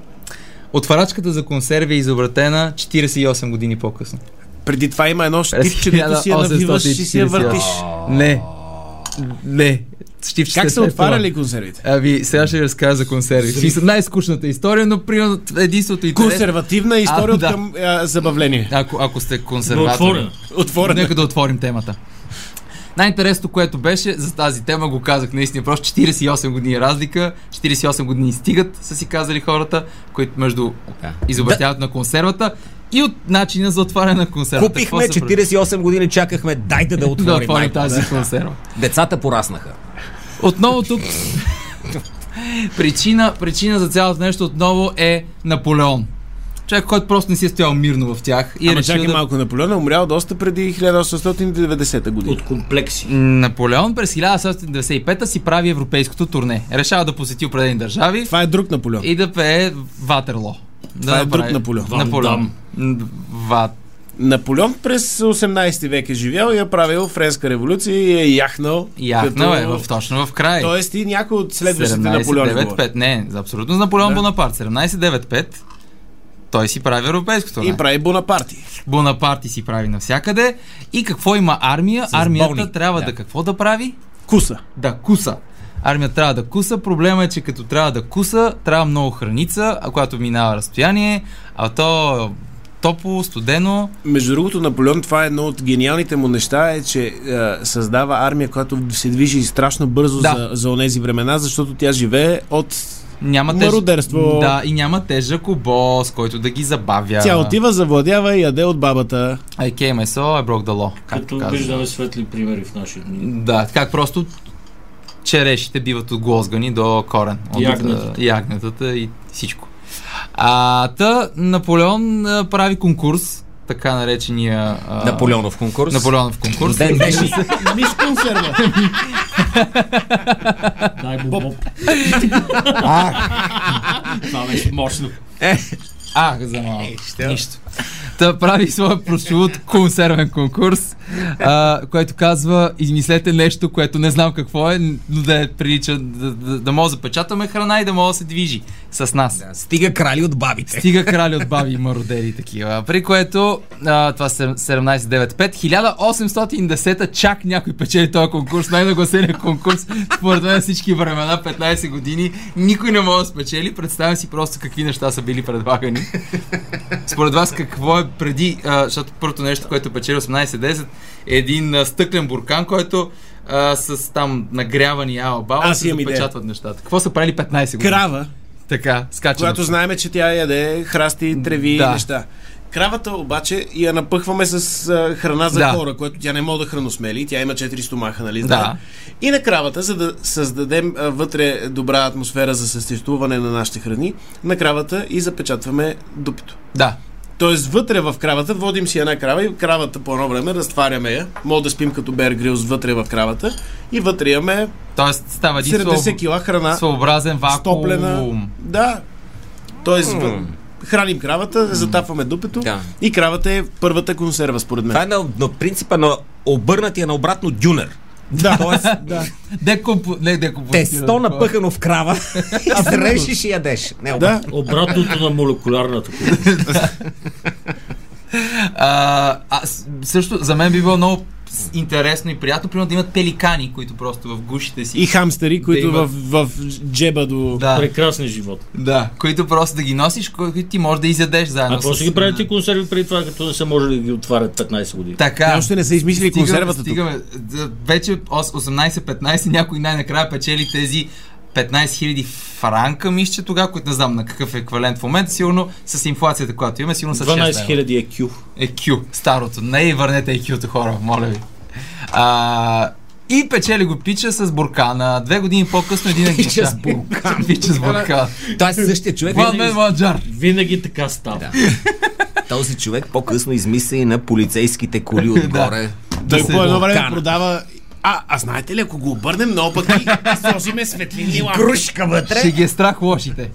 Speaker 3: Отварачката за консерви е изобретена 48 години по-късно.
Speaker 5: Преди това има едно
Speaker 3: През
Speaker 5: щип, че дето си я навиваш и си я въртиш.
Speaker 3: 1848. Не. Не. Щипчета
Speaker 5: Как
Speaker 3: се
Speaker 5: са
Speaker 3: е
Speaker 5: отваряли консервите?
Speaker 3: Ами, сега ще ви разкажа за консерви. В смисъл, най-скучната история, но примерно единството е и
Speaker 5: Консервативна история от
Speaker 3: да.
Speaker 5: към а, забавление.
Speaker 3: Ако, ако сте
Speaker 4: Но
Speaker 3: консерватори.
Speaker 4: отворена.
Speaker 5: Отворена.
Speaker 3: Нека да отворим темата. Най-интересното, което беше за тази тема, го казах наистина, просто 48 години е разлика, 48 години стигат, са си казали хората, които между
Speaker 2: Да.
Speaker 3: изобретяването на консервата и от начина за отваряне на консервата.
Speaker 2: Купихме
Speaker 3: Какво се прави?
Speaker 2: 48 години, чакахме, дайте да
Speaker 3: да
Speaker 2: отворим.
Speaker 3: отворим
Speaker 2: майко.
Speaker 3: тази консерва.
Speaker 2: Децата пораснаха.
Speaker 3: Отново тук причина, причина за цялото нещо отново е Наполеон. Човек, който просто не си е стоял мирно в тях и е
Speaker 5: Ама
Speaker 3: решил
Speaker 5: чакай
Speaker 3: да...
Speaker 5: малко, Наполеон е умрял доста преди 1890 година.
Speaker 4: От комплекси.
Speaker 3: Наполеон през 1895 си прави европейското турне. Решава да посети определени държави
Speaker 5: Това е друг Наполеон.
Speaker 3: и да пее Ватерло. Да
Speaker 5: Това е
Speaker 3: направи-
Speaker 5: друг Наполеон.
Speaker 4: Ван
Speaker 3: Наполеон. Ват...
Speaker 5: Наполеон през 18 век е живял и е правил френска революция и е яхнал.
Speaker 3: Яхнал е в, точно в край.
Speaker 5: Тоест и някой от следващите Наполеони. говори.
Speaker 3: 1795. Не, за абсолютно за Наполеон
Speaker 5: Да.
Speaker 3: Бонапарт. 1795 той си прави европейското турне.
Speaker 5: И прави Бонапарти.
Speaker 3: Бонапарти си прави навсякъде. И какво има армия? Армията
Speaker 2: болни.
Speaker 3: трябва да.
Speaker 2: Да.
Speaker 3: какво да прави?
Speaker 5: Куса.
Speaker 3: Да куса. Армия трябва да куса. Проблема е, че като трябва да куса, трябва много храница, а която минава разстояние, а то топло, студено.
Speaker 5: Между другото, Наполеон, това е едно от гениалните му неща, е, че е, създава армия, която се движи страшно бързо
Speaker 3: Да.
Speaker 5: за, за онези времена, защото тя живее от...
Speaker 3: Няма теж...
Speaker 5: Мародерство.
Speaker 3: Да, и няма тежък обоз, който да ги забавя.
Speaker 5: Тя отива, завладява и яде от бабата.
Speaker 3: I came, I saw, I broke the law. е Както
Speaker 4: Като
Speaker 3: казва.
Speaker 4: виждаме светли примери в наши дни.
Speaker 3: Да, как просто черешите биват отглозгани до корен. От,
Speaker 4: Ягнетата.
Speaker 3: а, ягнетата и всичко. А, та Наполеон а, прави конкурс, така наречения... а,
Speaker 2: Наполеонов конкурс.
Speaker 3: Наполеонов конкурс.
Speaker 2: Ден днешен.
Speaker 5: Мис консерва.
Speaker 4: Дай му боб. Това беше мощно.
Speaker 3: А, за малко. Нищо. Та прави своя прословут консервен конкурс, а, който казва измислете нещо, което не знам какво е, но да е прилича, да, да, да може да печатаме храна и да може да се движи с нас.
Speaker 2: Стига крали от бабите.
Speaker 3: Стига крали от баби и мародери и такива. При което, а, това се- 1795, 1810 чак някой печели този конкурс, най-нагласения конкурс, според мен всички времена, 15 години, никой не може да спечели, представям си просто какви неща са били предлагани. Според вас какво е преди, а, защото първото нещо, което печели 1810 е един а, стъклен буркан, който а, с там нагрявани алабала
Speaker 5: Аз
Speaker 3: се
Speaker 5: имам идея.
Speaker 3: запечатват нещата. Какво са правили 15 години?
Speaker 5: Крава,
Speaker 3: Така, скача.
Speaker 5: която знаеме, че тя яде храсти, треви и
Speaker 3: Да.
Speaker 5: неща. Кравата обаче я напъхваме с а, храна за
Speaker 3: Да.
Speaker 5: хора, което тя не може да храносмели. Тя има 4 стомаха, нали?
Speaker 3: Да.
Speaker 5: И на кравата, за да създадем а, вътре добра атмосфера за съществуване на нашите храни, на кравата и запечатваме дупито.
Speaker 3: Да,
Speaker 5: Тоест вътре в кравата водим си една крава и кравата по едно време разтваряме я. Може да спим като Бер Грилс вътре в кравата и вътре имаме
Speaker 3: Тоест става един
Speaker 5: 70
Speaker 3: слаб...
Speaker 5: кила храна,
Speaker 3: своеобразен вакуум.
Speaker 5: стоплена. Да. Тоест в- храним кравата, затапваме дупето
Speaker 2: Да.
Speaker 5: и кравата е първата консерва според мен.
Speaker 2: Това е на, на принципа на обърнатия на обратно дюнер.
Speaker 5: Да.
Speaker 2: Тоест,
Speaker 3: Декомпо... Не, декомпозитиран.
Speaker 2: тесто напъхано в крава и срежеш и ядеш. Не,
Speaker 5: Да.
Speaker 4: Обратното на молекулярната кухня.
Speaker 3: А, а, с- също за мен би било много с- интересно и приятно, примерно да имат пеликани, които просто в гушите си.
Speaker 5: И хамстери, които
Speaker 3: има-
Speaker 5: в, в джеба до...
Speaker 3: Да,
Speaker 4: Прекрасен живот.
Speaker 3: да, които просто да ги носиш, ко- които ти можеш да изядеш
Speaker 4: А
Speaker 3: заедно.
Speaker 4: какво
Speaker 3: с-
Speaker 4: ще ги правят ти консерви преди това, като не са можели да ги отварят 15 години?
Speaker 5: Те
Speaker 3: Така.
Speaker 5: още не са измислили консервата тук.
Speaker 3: стигаме, да, вече ос- 18-15 някой най-накрая печели тези 15 000 франка, мисля, че тогава, които не знам на какъв е еквивалент в момента, сигурно с инфлацията, която имаме, сигурно са
Speaker 4: 12
Speaker 3: 6 лева.
Speaker 4: 000 EQ.
Speaker 3: EQ, Е старото. Не и върнете EQ-то, хора, моля ви. А, и печели го пича с буркана. Две години по-късно един англичан.
Speaker 2: с буркан.
Speaker 3: Пича с буркан.
Speaker 2: Той е същия човек.
Speaker 3: One man, one jar.
Speaker 4: Винаги така става.
Speaker 2: Този човек по-късно измисля и на полицейските коли отгоре.
Speaker 5: Той
Speaker 3: се
Speaker 5: по едно време
Speaker 2: кана.
Speaker 5: продава... А, а знаете ли, ако го обърнем наопаки, сложиме светлини лампи.
Speaker 2: Крушка вътре.
Speaker 3: Ще ги е страх лошите.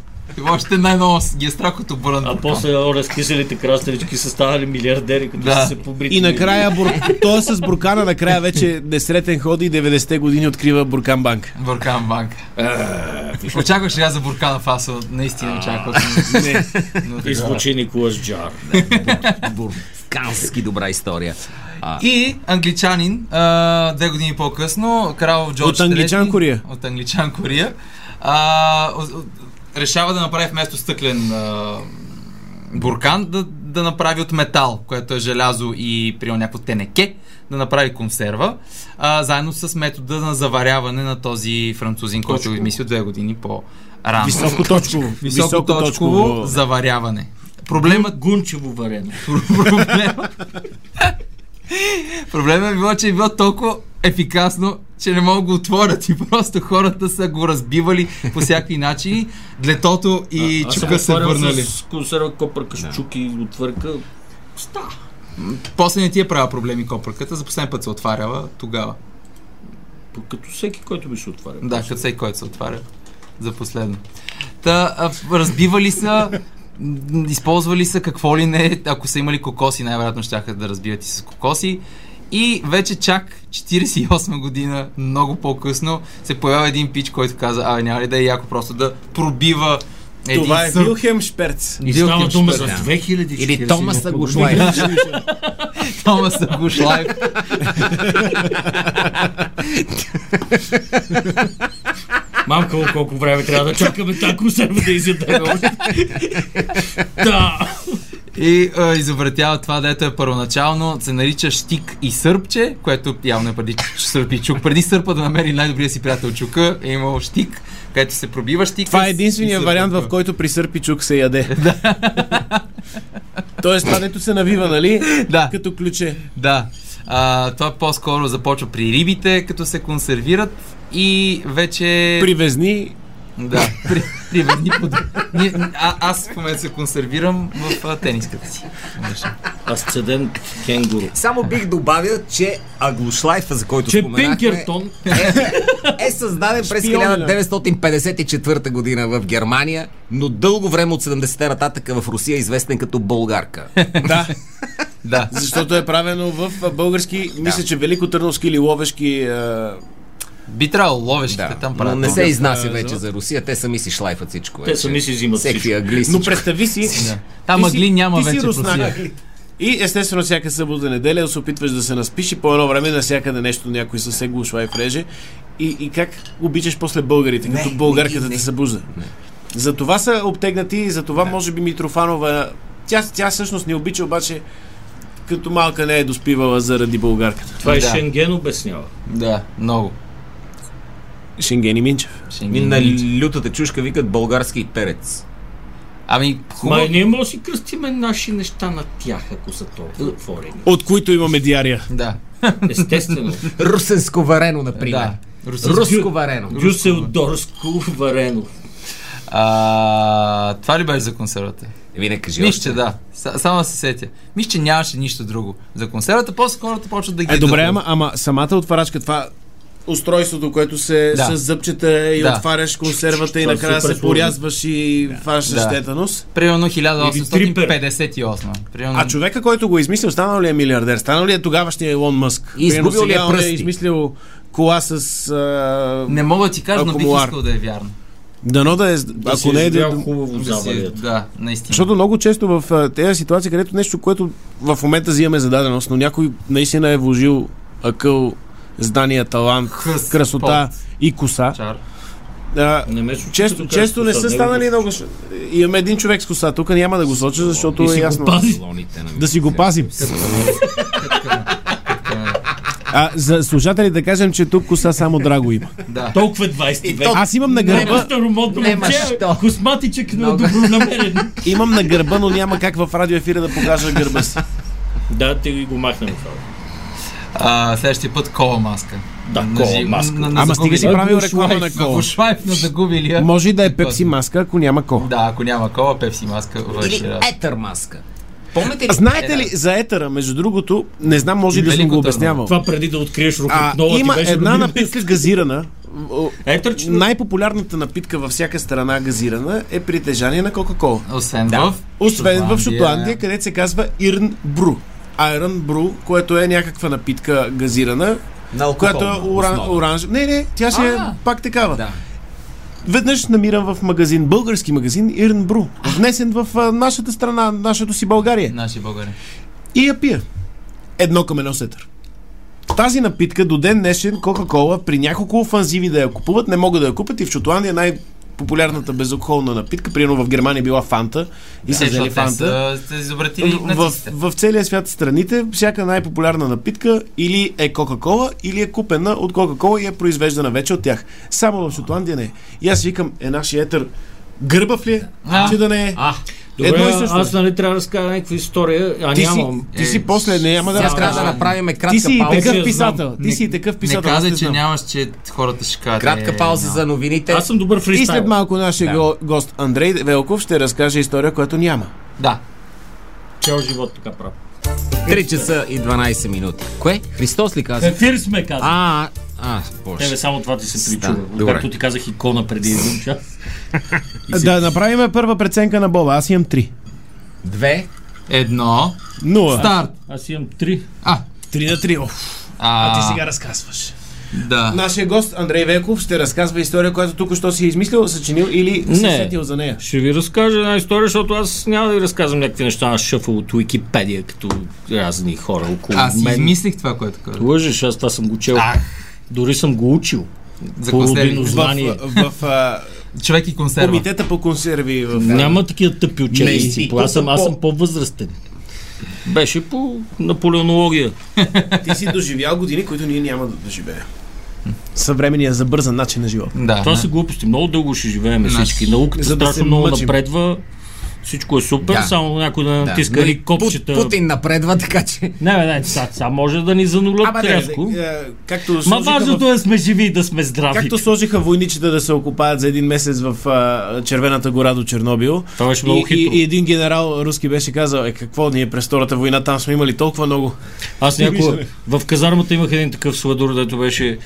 Speaker 3: Лошите най-ново с- ги е страх от обърнат
Speaker 4: А
Speaker 3: буркан.
Speaker 4: после о, разкиселите краставички са станали милиардери, като
Speaker 3: Да.
Speaker 4: са се побрити.
Speaker 5: И накрая, бур... той е с буркана накрая вече десретен ходи и 90-те години открива Буркан банк.
Speaker 3: Буркан банка.
Speaker 4: Е.
Speaker 3: Очаквах сега за буркана фасо. Наистина очаквах. но- но
Speaker 4: И
Speaker 3: така.
Speaker 4: звучи Николас Джар.
Speaker 2: Буркански добра история. А,
Speaker 3: И англичанин, а, две години по-късно, крал Джордж
Speaker 5: От англичан
Speaker 3: III,
Speaker 5: Кория.
Speaker 3: От англичан Кория. А, о- о- решава да направи вместо стъклен а, буркан, да, да направи от метал, което е желязо и приема някакво тенеке, да направи консерва, а, заедно с метода на заваряване на този французин, който го измислил две години по-рано.
Speaker 5: Високоточково.
Speaker 3: Високоточково заваряване. Проблемът
Speaker 4: Гунчево варено.
Speaker 3: проблема. Проблема е било, че е било толкова ефикасно, че не мога да го отворят и просто хората са го разбивали по всякакви начини. Длетото и
Speaker 4: Аз съм
Speaker 3: чука са
Speaker 4: отварял
Speaker 3: върнали.
Speaker 4: С консерва копър кашчук и отвърка.
Speaker 3: После не ти е правила проблеми копърката, за последен път се отваряла тогава.
Speaker 4: Като всеки, който беше отварял.
Speaker 3: Да, като всеки, който се отваря. За последно. Та, а, разбивали са, м, използвали са какво ли не, ако са имали кокоси, най-вероятно щяха да разбиват и с кокоси. И вече чак 48 година, много по-късно, се появява един пич, който каза, а няма ли да е яко просто да пробива един
Speaker 5: Това е
Speaker 3: сър-
Speaker 5: Вилхем Шперц.
Speaker 4: И става дума за
Speaker 3: Билкенщина.
Speaker 4: 2000
Speaker 2: Или Томас Агушлай.
Speaker 3: Томас Агушлаев.
Speaker 4: Мамка, о, колко време трябва да чакаме тази консерва да изяде. Да.
Speaker 3: И, и а, изобретява това, дето е първоначално, се нарича Штик и Сърпче, което явно е преди Ч- Сърп и Чук. Преди Сърпа да намери най-добрия си приятел Чука, е имал Штик, където се пробива Штик.
Speaker 5: Това е единствения вариант, в който при сърпичук се яде. Тоест това, дето се навива, нали?
Speaker 3: Да.
Speaker 5: Като ключе.
Speaker 3: Да. А, това по-скоро започва при рибите, като се консервират и вече...
Speaker 5: Привезни.
Speaker 3: Да, при, приведни под... Ние, а, аз в момента се консервирам в а, тениската си.
Speaker 4: Асцедент кенгуру.
Speaker 2: Само бих добавил, че Аглушлайфа, за който
Speaker 4: Че
Speaker 2: споменахме,
Speaker 4: Пинкертон
Speaker 2: е създаден през
Speaker 5: Шпионина.
Speaker 2: 1954 година в Германия, но дълго време от 70-те нататък в Русия е известен като българка.
Speaker 5: Да.
Speaker 3: Да.
Speaker 5: Защото е правено в а, български, мисля, че великотърновски или ловешки а,
Speaker 3: Би трябвало ловешките
Speaker 2: Да,
Speaker 3: там
Speaker 2: но
Speaker 3: правят.
Speaker 2: не се
Speaker 3: ловешки.
Speaker 2: изнася вече за Русия, те сами си шлайфат всичко.
Speaker 4: Те
Speaker 2: вече.
Speaker 4: сами си взимат
Speaker 2: Всеки
Speaker 4: всичко.
Speaker 2: агли
Speaker 5: Но
Speaker 2: всичко.
Speaker 5: представи си.
Speaker 3: Да. Там
Speaker 5: ти си-
Speaker 3: мъгли няма
Speaker 5: ти си
Speaker 3: вече в
Speaker 5: руснак.
Speaker 3: Русия.
Speaker 5: И естествено всяка събота неделя се опитваш да се наспиш и по едно време насякъде нещо някой със се глушва и фреже. И, и как обичаш после българите,
Speaker 2: Не,
Speaker 5: като българката
Speaker 2: не, не.
Speaker 5: те събужда. За това са обтегнати и за това може би Митрофанова... Тя, тя всъщност не обича, обаче като малка не е доспивала заради българката.
Speaker 4: Това е
Speaker 3: Да.
Speaker 4: Шенген обяснява.
Speaker 3: Да, много.
Speaker 5: Шенгени Минчев.
Speaker 2: Ми
Speaker 3: Шенген.
Speaker 2: на
Speaker 5: Нали-
Speaker 2: лютата чушка викат български перец.
Speaker 3: Ами,
Speaker 4: Май
Speaker 3: хубаво.
Speaker 4: ние може да си кръстиме наши неща на тях, ако са
Speaker 2: Е,
Speaker 4: толкова отворени.
Speaker 5: От които имаме диария.
Speaker 3: Да.
Speaker 4: Естествено.
Speaker 2: Русенско варено, например.
Speaker 3: Да. Русинско.
Speaker 2: Руско варено.
Speaker 4: Дюселдорско варено.
Speaker 3: А, това ли беше за консервата?
Speaker 2: Еми не кажи
Speaker 3: Мисля,
Speaker 2: още.
Speaker 3: че да. Са- Само се сетя. Мисля, че нямаше нищо друго. За консервата после хората почват да ги
Speaker 5: Е, добре,
Speaker 3: идват.
Speaker 5: ама, ама самата отварачка, това устройството, което се
Speaker 3: Да.
Speaker 5: с зъбчета и
Speaker 3: Да.
Speaker 5: отваряш консервата и
Speaker 4: Това е
Speaker 5: накрая
Speaker 4: супер
Speaker 5: се
Speaker 4: сложно.
Speaker 5: порязваш и фаш
Speaker 3: Да.
Speaker 5: щетаност.
Speaker 3: Примерно
Speaker 4: Или трипер.
Speaker 3: 1858. Примерно...
Speaker 5: А човека, който го е измислил, станал ли е милиардер? Станал ли е тогавашния Илон Мъск?
Speaker 2: И изгубил
Speaker 5: Примерно
Speaker 2: ли е
Speaker 5: сега он
Speaker 2: пръсти?
Speaker 5: е измислил кола с... А...
Speaker 3: Не мога да ти кажа, но бих
Speaker 5: Акумулар.
Speaker 3: искал да е вярно.
Speaker 5: Дано да е...
Speaker 4: Да си
Speaker 5: ако не е...
Speaker 4: изгрял
Speaker 5: Да...
Speaker 4: хубаво
Speaker 3: Да, си,
Speaker 4: завалият.
Speaker 3: да, наистина.
Speaker 5: Защото много често в а, тези ситуации, където нещо, което в момента взимаме за даденост, но някой наистина е вложил акъл, знания, талант,
Speaker 3: Хъс,
Speaker 5: красота и коса.
Speaker 3: Чар.
Speaker 5: А,
Speaker 4: Не ме слушай,
Speaker 5: Често,
Speaker 4: като
Speaker 5: често не
Speaker 4: кажеш,
Speaker 5: са
Speaker 4: коса,
Speaker 5: станали
Speaker 4: него
Speaker 5: много. ш- Имаме един човек с коса. Тук няма да го соча, защото
Speaker 4: И
Speaker 5: е
Speaker 4: си го
Speaker 5: ясно.
Speaker 4: пази. Е,
Speaker 2: Салоните на
Speaker 5: Да си го пазим. А, за слушатели да кажем, че тук коса само драго има.
Speaker 3: Да.
Speaker 4: Толкова е 20 век.
Speaker 5: Аз имам на
Speaker 4: Няма
Speaker 5: гърба,
Speaker 4: старомодно
Speaker 2: Нема
Speaker 4: момче,
Speaker 2: що.
Speaker 4: косматичък, но е
Speaker 2: Много.
Speaker 4: добронамерен.
Speaker 5: имам на гърба, но няма как в радио ефира да покажа гърба си.
Speaker 4: Да, те ги го махнем това.
Speaker 3: А, следващия път кола маска.
Speaker 4: Да,
Speaker 3: На
Speaker 4: кола
Speaker 3: жи-
Speaker 4: маска.
Speaker 3: на- на
Speaker 5: Ама стига
Speaker 3: загубили-
Speaker 5: си правил реклама на
Speaker 3: Ако
Speaker 5: кола.
Speaker 3: Шлайф на загубилия.
Speaker 5: Може и да е пепси маска, ако няма кола.
Speaker 3: Да, ако няма кола, пепси маска. върши
Speaker 2: Или
Speaker 4: Е-
Speaker 3: работа.
Speaker 2: етър маска. Помните ли?
Speaker 5: Знаете
Speaker 3: Е,
Speaker 5: ли за етъра, между другото, не знам, може и да съм
Speaker 3: Велико
Speaker 5: го
Speaker 3: Търново.
Speaker 5: обяснявал.
Speaker 4: Това преди да откриеш
Speaker 5: А,
Speaker 4: рукотнола ти
Speaker 5: има
Speaker 4: беше
Speaker 5: една
Speaker 4: любима.
Speaker 5: напитка газирана. о,
Speaker 4: Етърче,
Speaker 5: Най-популярната напитка във всяка страна газирана е притежание на Кока-Кола.
Speaker 3: Освен
Speaker 2: Да.
Speaker 3: в...
Speaker 5: Освен в Шотландия, където се казва Ирн Бру. Iron Brew, което е някаква напитка газирана,
Speaker 2: На алкохол,
Speaker 5: която е
Speaker 2: на
Speaker 5: уран,
Speaker 2: основа.
Speaker 5: оранж. Не, не, тя ще е
Speaker 3: А.
Speaker 5: пак такава.
Speaker 2: Да.
Speaker 5: Веднъж намирам в магазин, български магазин, Ирн Бру, внесен в а, нашата страна, нашето си България.
Speaker 3: Наши българи.
Speaker 5: И я пия. Едно към едно сетър. Тази напитка до ден днешен Кока-Кола при няколко офанзиви да я купуват, не могат да я купят и в Шотландия най- популярната безалкохолна напитка, примерно в Германия е била фанта и са
Speaker 3: Те,
Speaker 5: взели
Speaker 3: Е, защото те
Speaker 5: фанта.
Speaker 3: са са изобретили
Speaker 5: В,
Speaker 3: нацистите.
Speaker 5: в целия свят страните, всяка най-популярна напитка или е Кока-Кола, или е купена от Кока-Кола и е произвеждана вече от тях. Само в Шотландия не е. И аз викам, е нашия етър гърбав ли е,
Speaker 3: А.
Speaker 5: че да не е?
Speaker 4: А, добре,
Speaker 5: Едно и също.
Speaker 4: аз нали трябва да разкажа някаква история, а
Speaker 5: Ти си,
Speaker 4: нямам.
Speaker 5: ти
Speaker 3: Е,
Speaker 5: си после, не няма да
Speaker 2: Сега трябва да
Speaker 5: разкажа.
Speaker 2: направим
Speaker 5: Ти
Speaker 2: кратка
Speaker 5: си и
Speaker 2: пауза.
Speaker 5: такъв
Speaker 4: Аз я знам.
Speaker 5: писател. Ти си и такъв
Speaker 3: Не
Speaker 5: писател. аз
Speaker 3: каза,
Speaker 5: те
Speaker 3: че
Speaker 5: знам.
Speaker 3: нямаш, че хората ще кажат.
Speaker 2: Кратка
Speaker 3: е,
Speaker 2: пауза
Speaker 3: но.
Speaker 2: за новините.
Speaker 4: Аз съм добър
Speaker 5: И след
Speaker 4: фристайл.
Speaker 5: малко нашия го- гост Андрей Велков ще разкаже история, която няма.
Speaker 3: Да.
Speaker 4: Цял живот така правя.
Speaker 2: 3 часа и 12 минути. Кое? Христос ли каза?
Speaker 4: Кефир сме казали.
Speaker 2: А, а, а,
Speaker 4: Тебе
Speaker 2: боже.
Speaker 4: само това ти се
Speaker 2: Да,
Speaker 4: причува.
Speaker 2: добре.
Speaker 4: Както ти казах икона преди един час.
Speaker 5: Да направим първа преценка на Боба. Аз имам три.
Speaker 2: Две.
Speaker 3: Едно.
Speaker 5: Нула.
Speaker 3: Старт.
Speaker 4: Аз имам три.
Speaker 3: А.
Speaker 5: Три на три.
Speaker 3: А,
Speaker 5: разказваш.
Speaker 3: Да.
Speaker 5: Нашия гост Андрей Велков ще разказва история, която тук що си е измислил, съчинил или се
Speaker 4: Не.
Speaker 5: сетил за нея.
Speaker 4: Ще ви разкажа една история, защото аз няма да ви разказвам някакви неща на шъфъл от Уикипедия, като разни хора около
Speaker 3: Аз си
Speaker 4: мен.
Speaker 3: измислих това, което казах.
Speaker 4: Лъжеш, аз това съм го чел.
Speaker 3: Ах.
Speaker 4: Дори съм го учил.
Speaker 3: За
Speaker 4: По
Speaker 3: консерви.
Speaker 4: родино
Speaker 5: В,
Speaker 4: знание.
Speaker 5: в, в а,
Speaker 3: човек и консерва.
Speaker 5: Комитета по консерви в...
Speaker 4: Няма такива тъпи
Speaker 5: Не,
Speaker 4: ученици.
Speaker 5: и
Speaker 4: Аз съм,
Speaker 5: то
Speaker 4: аз
Speaker 5: по-
Speaker 4: съм по-възрастен. Беше по наполеонология.
Speaker 5: Ти си доживял години, които ние няма да доживеем. Съвременния забързан начин на живот.
Speaker 3: Да.
Speaker 4: Това
Speaker 3: не.
Speaker 4: са глупости. Много дълго ще живеем
Speaker 3: Нас-
Speaker 4: всички. Науката
Speaker 5: За да се
Speaker 4: страшно много
Speaker 5: мъчим.
Speaker 4: напредва. Всичко е супер,
Speaker 2: Да.
Speaker 4: само някой да натиска
Speaker 2: Нали,
Speaker 4: нали, копчета.
Speaker 2: Пут- Путин напредва, така че...
Speaker 4: Не, не, не, сега, сега може да ни занулят
Speaker 5: Абе,
Speaker 4: рязко.
Speaker 5: не, е, както
Speaker 4: Ма
Speaker 5: сложиха
Speaker 4: важното
Speaker 5: в-
Speaker 4: е да сме живи и да сме здрави.
Speaker 5: Както сложиха войничите да се окупаят за един месец в а, Червената гора до Чернобил.
Speaker 4: Това беше много
Speaker 5: И, и,
Speaker 4: хитро.
Speaker 5: и един генерал руски беше казал, е какво ние през Втората война там сме имали толкова много.
Speaker 4: Аз някога
Speaker 5: виждане.
Speaker 4: в казармата имах един такъв сладур, дето беше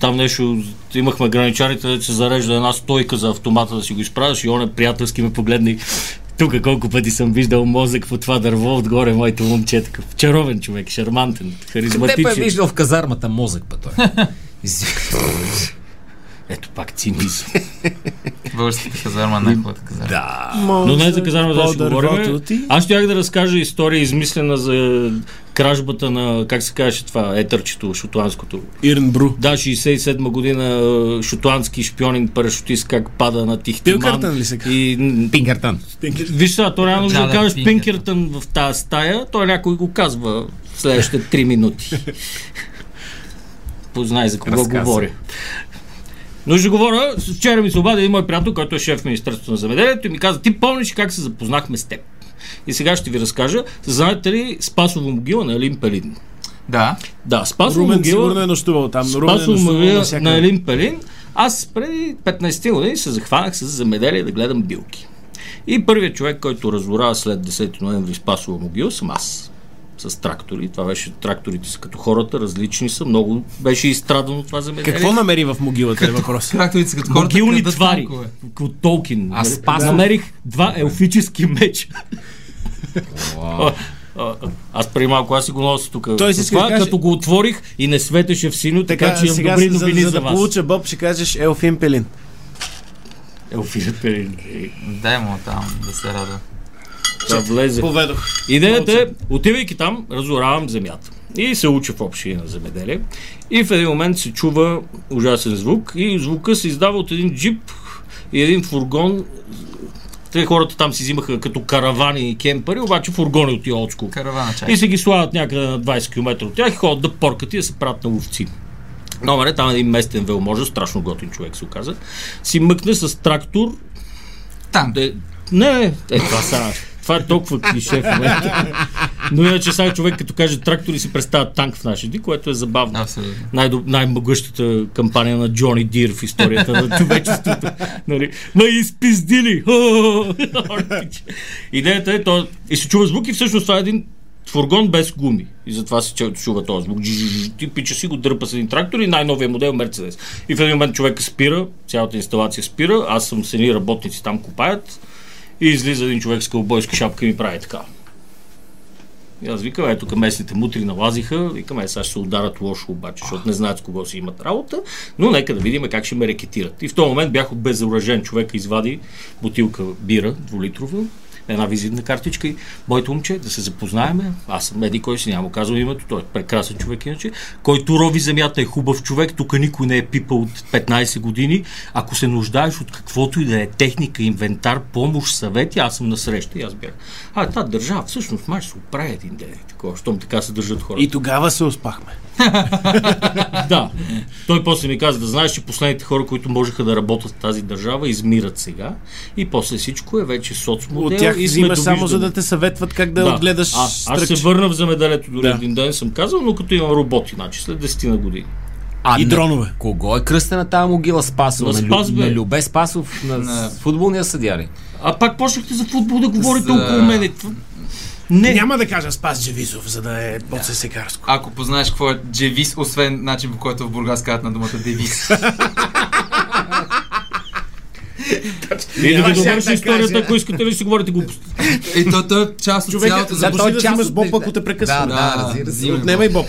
Speaker 4: там нещо, имахме граничарите, дето се зарежда една стойка за автомата да си го изправиш и он е приятелски ме погледна и тук колко пъти съм виждал мозък по това дърво, отгоре моето момче, е такъв чаровен човек, шармантен,
Speaker 2: Те па е
Speaker 4: харизматичен.
Speaker 2: виждал в казармата мозък, па той. Из-
Speaker 4: Ето пак цинизъм.
Speaker 3: Българската казарма, най-хубавата казарма. Да.
Speaker 4: Но не за казарма да ще говорим.
Speaker 5: По-дървото ти.
Speaker 4: Аз щях да разкажа история, измислена за кражбата на, как се каже това, етърчето, шотландското.
Speaker 5: Ирнбру.
Speaker 4: Да, 67 година е, шотландски шпионин парашутист как пада на Тихтиман.
Speaker 5: Пилкартън ли се казва?
Speaker 4: И... н-
Speaker 2: Пингертън.
Speaker 4: Виж сега, то няма нужда
Speaker 3: Да,
Speaker 4: да,
Speaker 3: да,
Speaker 4: кажеш
Speaker 3: Пинкертън.
Speaker 4: Пинкертън в тази стая, той някой го казва в следващите 3 минути. Познай за кого
Speaker 2: Разказа.
Speaker 4: говоря. Но ще говоря, с- вчера ми се обади един мой приятел, който е шеф в Министерството на заведението и ми каза, ти помниш как се запознахме с теб? И сега ще ви разкажа, знаете ли Спасово могила на Елин Пелин?
Speaker 3: да.
Speaker 4: Да, Спасово
Speaker 5: Румен сигурно
Speaker 4: могила
Speaker 5: е нощувал там. но Румен е
Speaker 4: Спасов
Speaker 5: нощувал
Speaker 4: Мария
Speaker 5: навсякъде.
Speaker 4: на Елин Пелин. Аз преди 15 години се захванах с замеделие да гледам билки. И първият човек, който разорава след 10 ноември Спасова могила, съм аз. С трактори. Това беше тракторите са като хората, различни са. Много беше изстрадано това замеделие.
Speaker 5: Какво намери в могилата е въпрос?
Speaker 3: Тракторите са като хората.
Speaker 4: Могилни
Speaker 3: крадат
Speaker 4: твари.
Speaker 3: танкове.
Speaker 4: От Толкин. Нали?
Speaker 2: А Спасов-
Speaker 4: Намерих два елфически меча. А, Аз преди малко аз си го нося тук.
Speaker 5: Той си
Speaker 4: С
Speaker 5: иска да
Speaker 4: това,
Speaker 5: каже-
Speaker 4: като го отворих и не светеше в синьо, така,
Speaker 5: Така,
Speaker 4: че имам
Speaker 5: сега,
Speaker 4: добри
Speaker 5: за,
Speaker 4: новини
Speaker 5: за,
Speaker 4: за,
Speaker 5: да
Speaker 4: вас.
Speaker 5: получа Боб, ще кажеш Елфин Пелин.
Speaker 4: Елфирът е-
Speaker 3: Дай му там да се радва.
Speaker 4: Да влезе.
Speaker 5: Поведох.
Speaker 4: Идеята е, отивайки там, разоравам земята. И се уча в общия на земеделие. И в един момент се чува ужасен звук. И звука се издава от един джип и един фургон. Те хората там си взимаха като каравани и кемпари, обаче фургони от тия отскока.
Speaker 3: Каравана чакай.
Speaker 4: И се ги слагат някъде на 20 км от тях и ходят да поркат и да се правят на ловци. Номер е там един местен велможа, страшно готин човек се оказа, си мъкне с трактор
Speaker 3: Танк.
Speaker 4: Де, не, не, е, това са. Това е толкова клише в момента. Но иначе сега човек като каже трактори си представя танк в наши дни, което е забавно.
Speaker 3: Абсолютно.
Speaker 4: Най- най-могъщата кампания на Джони Дир в историята на човечеството. Нали? Ма изпиздили! О! Идеята е, то... и се чува звук и всъщност това е един фургон без гуми. И затова се чу- чува този звук. Жжж, Ти пича си го дърпа с един трактор и най-новия модел е Мерцедес. И в един момент човек спира, цялата инсталация спира, аз съм с едни работници там копаят и излиза един човек с кълбойска шапка и ми прави така. И аз викам, ето към местните мутри налазиха, викам, е, сега ще се ударат лошо обаче, защото не знаят с кого си имат работа, но нека да видим как ще ме рекетират. И в този момент бях обезоръжен човек, извади бутилка бира, дволитрова, една визитна картичка и моето момче, да се запознаеме, аз съм Еди, кой си няма му казвам името, той е прекрасен човек иначе, който рови земята е хубав човек, тук никой не е пипал от 15 години, ако се нуждаеш от каквото и да е техника, инвентар, помощ, съвети, аз съм насреща и аз бях. А, та държава, всъщност, май ще се оправи един ден, и такова, щом така се държат хората.
Speaker 5: И тогава се успахме.
Speaker 4: Да. Той после ми каза да знаеш, че последните хора, които можеха да работят в тази държава, измират сега и после всичко е вече соцмодел.
Speaker 5: От тях
Speaker 4: и сме
Speaker 5: взимаш само за
Speaker 4: довиждани.
Speaker 5: да те съветват как да, отгледаш
Speaker 4: А, аз се
Speaker 5: стръкче.
Speaker 4: върна в замеделието дори
Speaker 5: Да.
Speaker 4: да. един ден, съм казал, но като имам роботи, значи след 10 на години.
Speaker 2: А
Speaker 5: И
Speaker 2: на
Speaker 5: дронове.
Speaker 2: Кого е кръстена тази могила Спасов?
Speaker 4: На
Speaker 2: На, Лю-
Speaker 4: Спас, бе.
Speaker 2: на Любе Спасов, на,
Speaker 3: На-
Speaker 2: футболния съдя ли?
Speaker 4: А пак почнахте за футбол да говорите
Speaker 3: За-
Speaker 4: около мене. Това- Не,
Speaker 5: Няма да кажа Спас Джевизов, за да е по-сесекарско.
Speaker 3: Ако познаеш какво е джевис, освен начин по който в Бургас казват на думата девис.
Speaker 4: и да
Speaker 5: Няма как
Speaker 4: ви довърши
Speaker 5: Е, да
Speaker 4: историята,
Speaker 5: кажа.
Speaker 4: ако искате ли си говорите глупости.
Speaker 3: И то, то е част от
Speaker 5: Човек,
Speaker 3: цялото
Speaker 5: да,
Speaker 3: забо-
Speaker 5: той- да взимаш Боб, ако те прекъсва.
Speaker 2: Да, да,
Speaker 3: Да,
Speaker 2: разбира се.
Speaker 3: взимай.
Speaker 5: Отнемай Боб.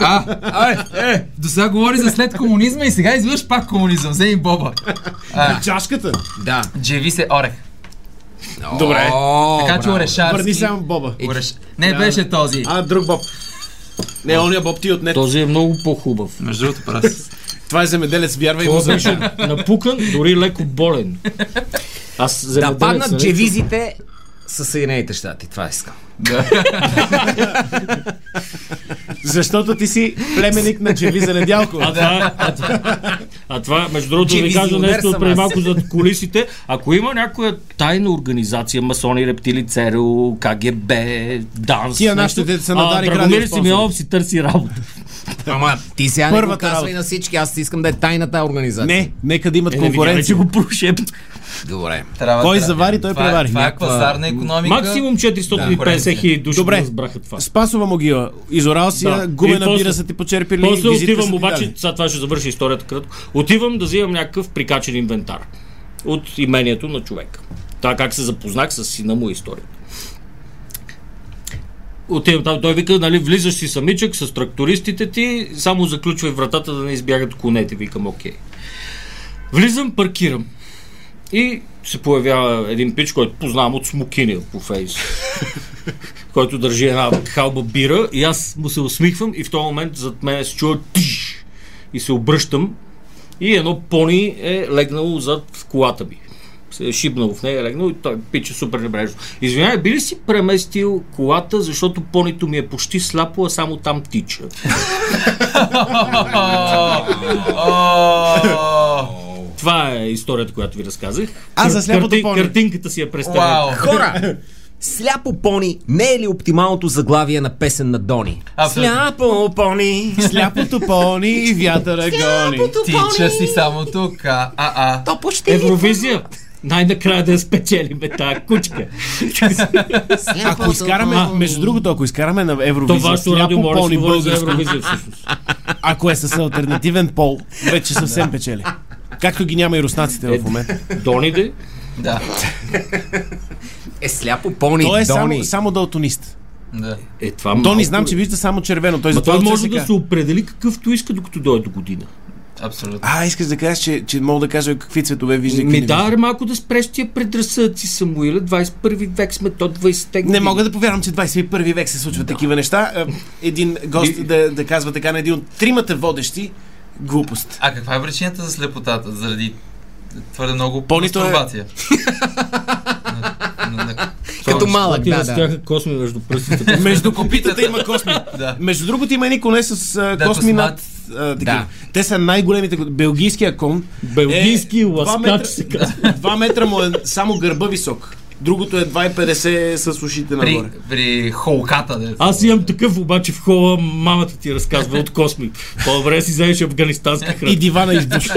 Speaker 3: А, а, е, до сега говори за след комунизма и сега изведнъж пак комунизъм. Вземи Боба. А,
Speaker 5: Чашката.
Speaker 2: Да.
Speaker 3: джевис е орех.
Speaker 5: Добре.
Speaker 2: О,
Speaker 3: Така че
Speaker 2: браво.
Speaker 3: орешарски...
Speaker 5: Върни само Боба.
Speaker 3: Ореш... Не беше този.
Speaker 5: А, друг Боб. Не, ония Боб ти отне.
Speaker 4: Този е много по-хубав.
Speaker 3: Между другото, прав си.
Speaker 5: Това е земеделец, вярвай му
Speaker 4: Той
Speaker 5: за
Speaker 4: беше напукан, дори леко болен. Аз
Speaker 2: Да
Speaker 4: земеделец,
Speaker 2: паднат
Speaker 4: нали?
Speaker 2: джевизите с Съединените щати. Това искам.
Speaker 5: Защото ти си племеник на Джеви за недялко.
Speaker 4: А това, а, това, а това, между другото, да ви кажа
Speaker 2: Дивизионер
Speaker 4: нещо
Speaker 2: съм
Speaker 4: преди
Speaker 2: аз.
Speaker 4: малко зад колисите. Ако има някоя тайна организация, масони, рептили, ЦРУ, КГБ, ДАНС,
Speaker 5: Тия нашите деца на Дарик радио
Speaker 4: Драгомир
Speaker 5: спонсори.
Speaker 4: Симеонов си търси работа.
Speaker 2: Ама ти сега не го
Speaker 5: Първата
Speaker 2: казвай
Speaker 5: работа.
Speaker 2: на всички, аз искам да е тайната организация.
Speaker 5: Не, нека да имат
Speaker 4: Е, не видя ли, че
Speaker 5: конкуренция.
Speaker 4: го прошепна.
Speaker 2: Добре.
Speaker 3: Трябва,
Speaker 5: Кой
Speaker 3: трябва.
Speaker 5: завари, той
Speaker 3: Това е-
Speaker 5: превари.
Speaker 3: Това е
Speaker 2: Някаква-
Speaker 3: пазарна економика.
Speaker 4: Максимум 450 хиляди души
Speaker 5: Добре.
Speaker 4: го разбраха това.
Speaker 5: Спасова могила. Изорал си я,
Speaker 4: Да. И
Speaker 5: гумена
Speaker 4: после-
Speaker 5: бира са ти почерпили.
Speaker 4: После
Speaker 5: визитка са
Speaker 4: отивам
Speaker 5: ти
Speaker 4: обаче,
Speaker 5: дали.
Speaker 4: сега това ще завърши историята кратко, отивам да взимам някакъв прикачен инвентар от имението на човека. Така как се запознах с сина му и историята. Отивам там, той вика, нали, влизаш си самичък с трактористите ти, само заключвай вратата да не избягат конете. Викам, окей. Влизам, паркирам. И се появява един пич, който познавам от смокиня по фейс който държи една халба бира и аз му се усмихвам и в този момент зад мен се чува тиш и се обръщам и едно пони е легнало зад колата ми. Се е шибнало в нея, е легнало и той пиче супер небрежно. Извинявай, би ли си преместил колата, защото понито ми е почти сляпо, а само там тича?
Speaker 3: О,
Speaker 4: Това е историята, която ви разказах.
Speaker 5: А, за сляпото пони.
Speaker 4: Картинката си я представя.
Speaker 3: Вау.
Speaker 2: Хора, Сляпо пони не е ли оптималното заглавие на песен на Дони?
Speaker 3: Абсолютно.
Speaker 2: Сляпо пони.
Speaker 5: Сляпото пони и вятъра гони.
Speaker 2: Сляпото
Speaker 3: Тича си
Speaker 2: пони.
Speaker 3: само тук. А, а.
Speaker 2: То почти ли?
Speaker 4: Евровизия! Най-накрая да я спечелиме тази кучка.
Speaker 2: Сляпото
Speaker 5: Ако изкараме,
Speaker 2: пони.
Speaker 5: между другото, ако изкараме на
Speaker 4: То
Speaker 5: Евровизия,
Speaker 4: вашето радио
Speaker 5: сляпо
Speaker 4: може да се
Speaker 5: пони
Speaker 4: говори за
Speaker 5: българско,
Speaker 4: Евровизия всъщност.
Speaker 5: ако е с альтернативен пол, вече съвсем печели. Както ги няма и руснаците в момента.
Speaker 4: Дониде.
Speaker 3: Да.
Speaker 2: Е, сляпо пони,
Speaker 5: Той е
Speaker 2: Дони.
Speaker 5: само, само далтонист.
Speaker 3: да.
Speaker 4: Е, това малко...
Speaker 5: Тони знам, че вижда само червено. Той
Speaker 4: Ма
Speaker 5: затова
Speaker 4: той
Speaker 5: от
Speaker 4: може
Speaker 5: ЦСКА.
Speaker 4: да се определи какъвто иска, докато дойде до година.
Speaker 3: Абсолютно.
Speaker 5: А, искаш да кажеш, че, че мога да кажа какви цветове вижда и какви
Speaker 4: Ми
Speaker 5: не
Speaker 4: да,
Speaker 5: вижда.
Speaker 4: аре малко да спреш тия предразсъдъци, Самуила. 21 век сме, то 20-те
Speaker 5: Не мога да повярвам, че 21 век се случват такива неща. А, Един
Speaker 4: И-
Speaker 5: гост да, да казва така на един от тримата водещи глупост.
Speaker 3: А каква е причината за слепотата? Заради твърде много
Speaker 5: Понито е-
Speaker 3: мастурбация. На- на- на-
Speaker 2: Като малък,
Speaker 4: Ти
Speaker 2: да, да.
Speaker 4: разтяха косми между пръстите.
Speaker 5: Между копитата има косми.
Speaker 3: Да.
Speaker 5: Между другото има едни коне с а,
Speaker 3: Дето
Speaker 5: косми
Speaker 3: с
Speaker 5: над... а, такива. Те са най-големите. ко- Белгийския кон. Е,
Speaker 4: Белгийски
Speaker 5: два метра-
Speaker 4: ласкач се казва.
Speaker 5: 2 метра му е само гърба висок. Другото е 2,50 с ушите нагоре.
Speaker 3: При, при холката. Да.
Speaker 4: Аз имам такъв, обаче в хола мамата ти разказва от косми. По-добре си вземеш афганистанска храна.
Speaker 5: И дивана издуш.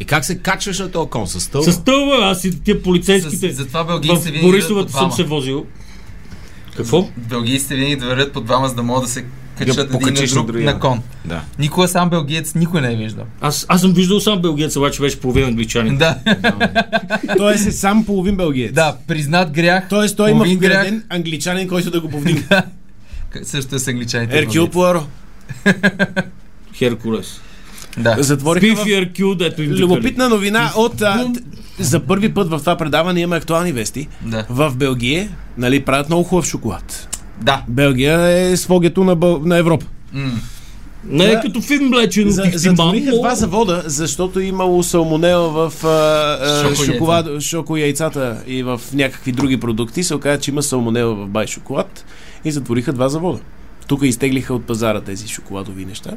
Speaker 2: И как се качваш на този кон с стълба?
Speaker 4: С стълба, аз и тия полицейските.
Speaker 3: С- затова белгийците
Speaker 4: в
Speaker 3: винаги идват
Speaker 4: Борисовата
Speaker 3: по
Speaker 4: съм
Speaker 3: двама.
Speaker 4: се возил. Какво?
Speaker 3: Белгийците винаги вървят по двама, за да могат да се
Speaker 2: Да
Speaker 3: качат един на
Speaker 2: покачиш на
Speaker 3: друг
Speaker 2: другия.
Speaker 3: на кон.
Speaker 2: Да.
Speaker 3: Никога сам белгиец никой не е виждал.
Speaker 4: Аз, аз съм виждал сам белгиец, обаче беше половина англичанин.
Speaker 3: Да,
Speaker 5: Тоест е сам половин белгиец.
Speaker 3: да, признат грях.
Speaker 5: Тоест той има
Speaker 3: половин
Speaker 5: вграден англичанин, който да го повдигне.
Speaker 3: грях. Също е с англичаните.
Speaker 5: Еркюл
Speaker 3: белгийци.
Speaker 5: Пуаро.
Speaker 4: Херкулес.
Speaker 3: Да.
Speaker 2: Е,
Speaker 5: Затвориха
Speaker 4: Пиф
Speaker 5: в
Speaker 4: и Еркюл, дето им
Speaker 5: Любопитна новина от... А, т- за първи път в това предаване имаме актуални вести.
Speaker 3: Да.
Speaker 5: В Белгия, нали, правят много хубав шоколад.
Speaker 3: Да.
Speaker 5: Белгия е свогето на, Бъл- на Европа.
Speaker 4: Не е
Speaker 5: Да.
Speaker 4: като фин млечен
Speaker 5: За,
Speaker 4: от Ихтиман,
Speaker 5: затвориха два завода, защото имало салмонела в а, а,
Speaker 3: Шоко
Speaker 5: шоколад, шоко яйцата и в някакви други продукти. Се оказа, че има салмонела в бай шоколад и затвориха два завода. Тук изтеглиха от пазара тези шоколадови неща.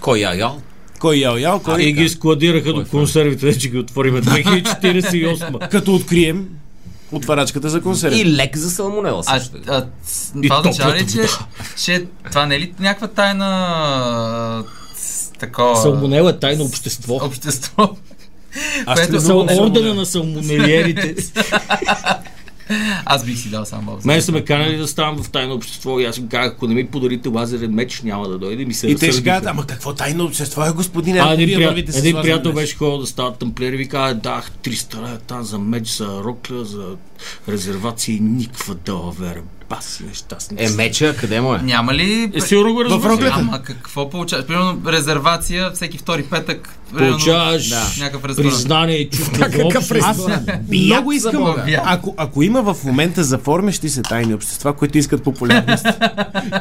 Speaker 2: Кой я ял?
Speaker 5: Кой е ял ял, кой...
Speaker 4: и ги складираха до консервите, че ги отвориме 2048.
Speaker 5: Като открием отварачката за консерви.
Speaker 2: И лек за салмонела
Speaker 3: А,
Speaker 2: също. е.
Speaker 3: а с- това
Speaker 4: топлата
Speaker 3: означава ли, че,
Speaker 4: вода.
Speaker 3: че това не е ли някаква тайна а, с- такова
Speaker 4: Салмонела е тайно общество.
Speaker 3: общество?
Speaker 5: Аз
Speaker 3: което-
Speaker 5: ти
Speaker 4: Са
Speaker 5: много не съм
Speaker 4: ордена на салмонелиерите.
Speaker 3: Аз бих си дал сам бабс.
Speaker 4: Мен са ме канали да ставам в тайно общество и аз им казах, ако не ми подарите лазерен меч, няма да дойде. Ми се
Speaker 5: И те ще
Speaker 4: разсърдиха.
Speaker 5: кажат, ама какво тайно общество е господин
Speaker 4: А, един,
Speaker 5: вие
Speaker 4: прият,
Speaker 5: вървите с
Speaker 4: един
Speaker 5: лазерен
Speaker 4: приятел
Speaker 5: меч.
Speaker 4: беше ходил да става тамплиер и ви каза, дах 300 лева там за меч, за рокля, за резервации, никаква далавера. Бас, нещастни.
Speaker 2: Е, меча, къде му е?
Speaker 3: Няма ли...
Speaker 4: Е, сигурно го разбираш.
Speaker 3: Ама какво получаваш? Примерно резервация всеки втори петък. примерно,
Speaker 4: Получаваш
Speaker 3: някакъв ресторант.
Speaker 4: признание и чувство за
Speaker 2: Какъв
Speaker 4: общност.
Speaker 2: ресторант?
Speaker 5: Много искам.
Speaker 3: Бога.
Speaker 5: Ако, ако има има в момента заформещи се тайни общества, които искат популярност.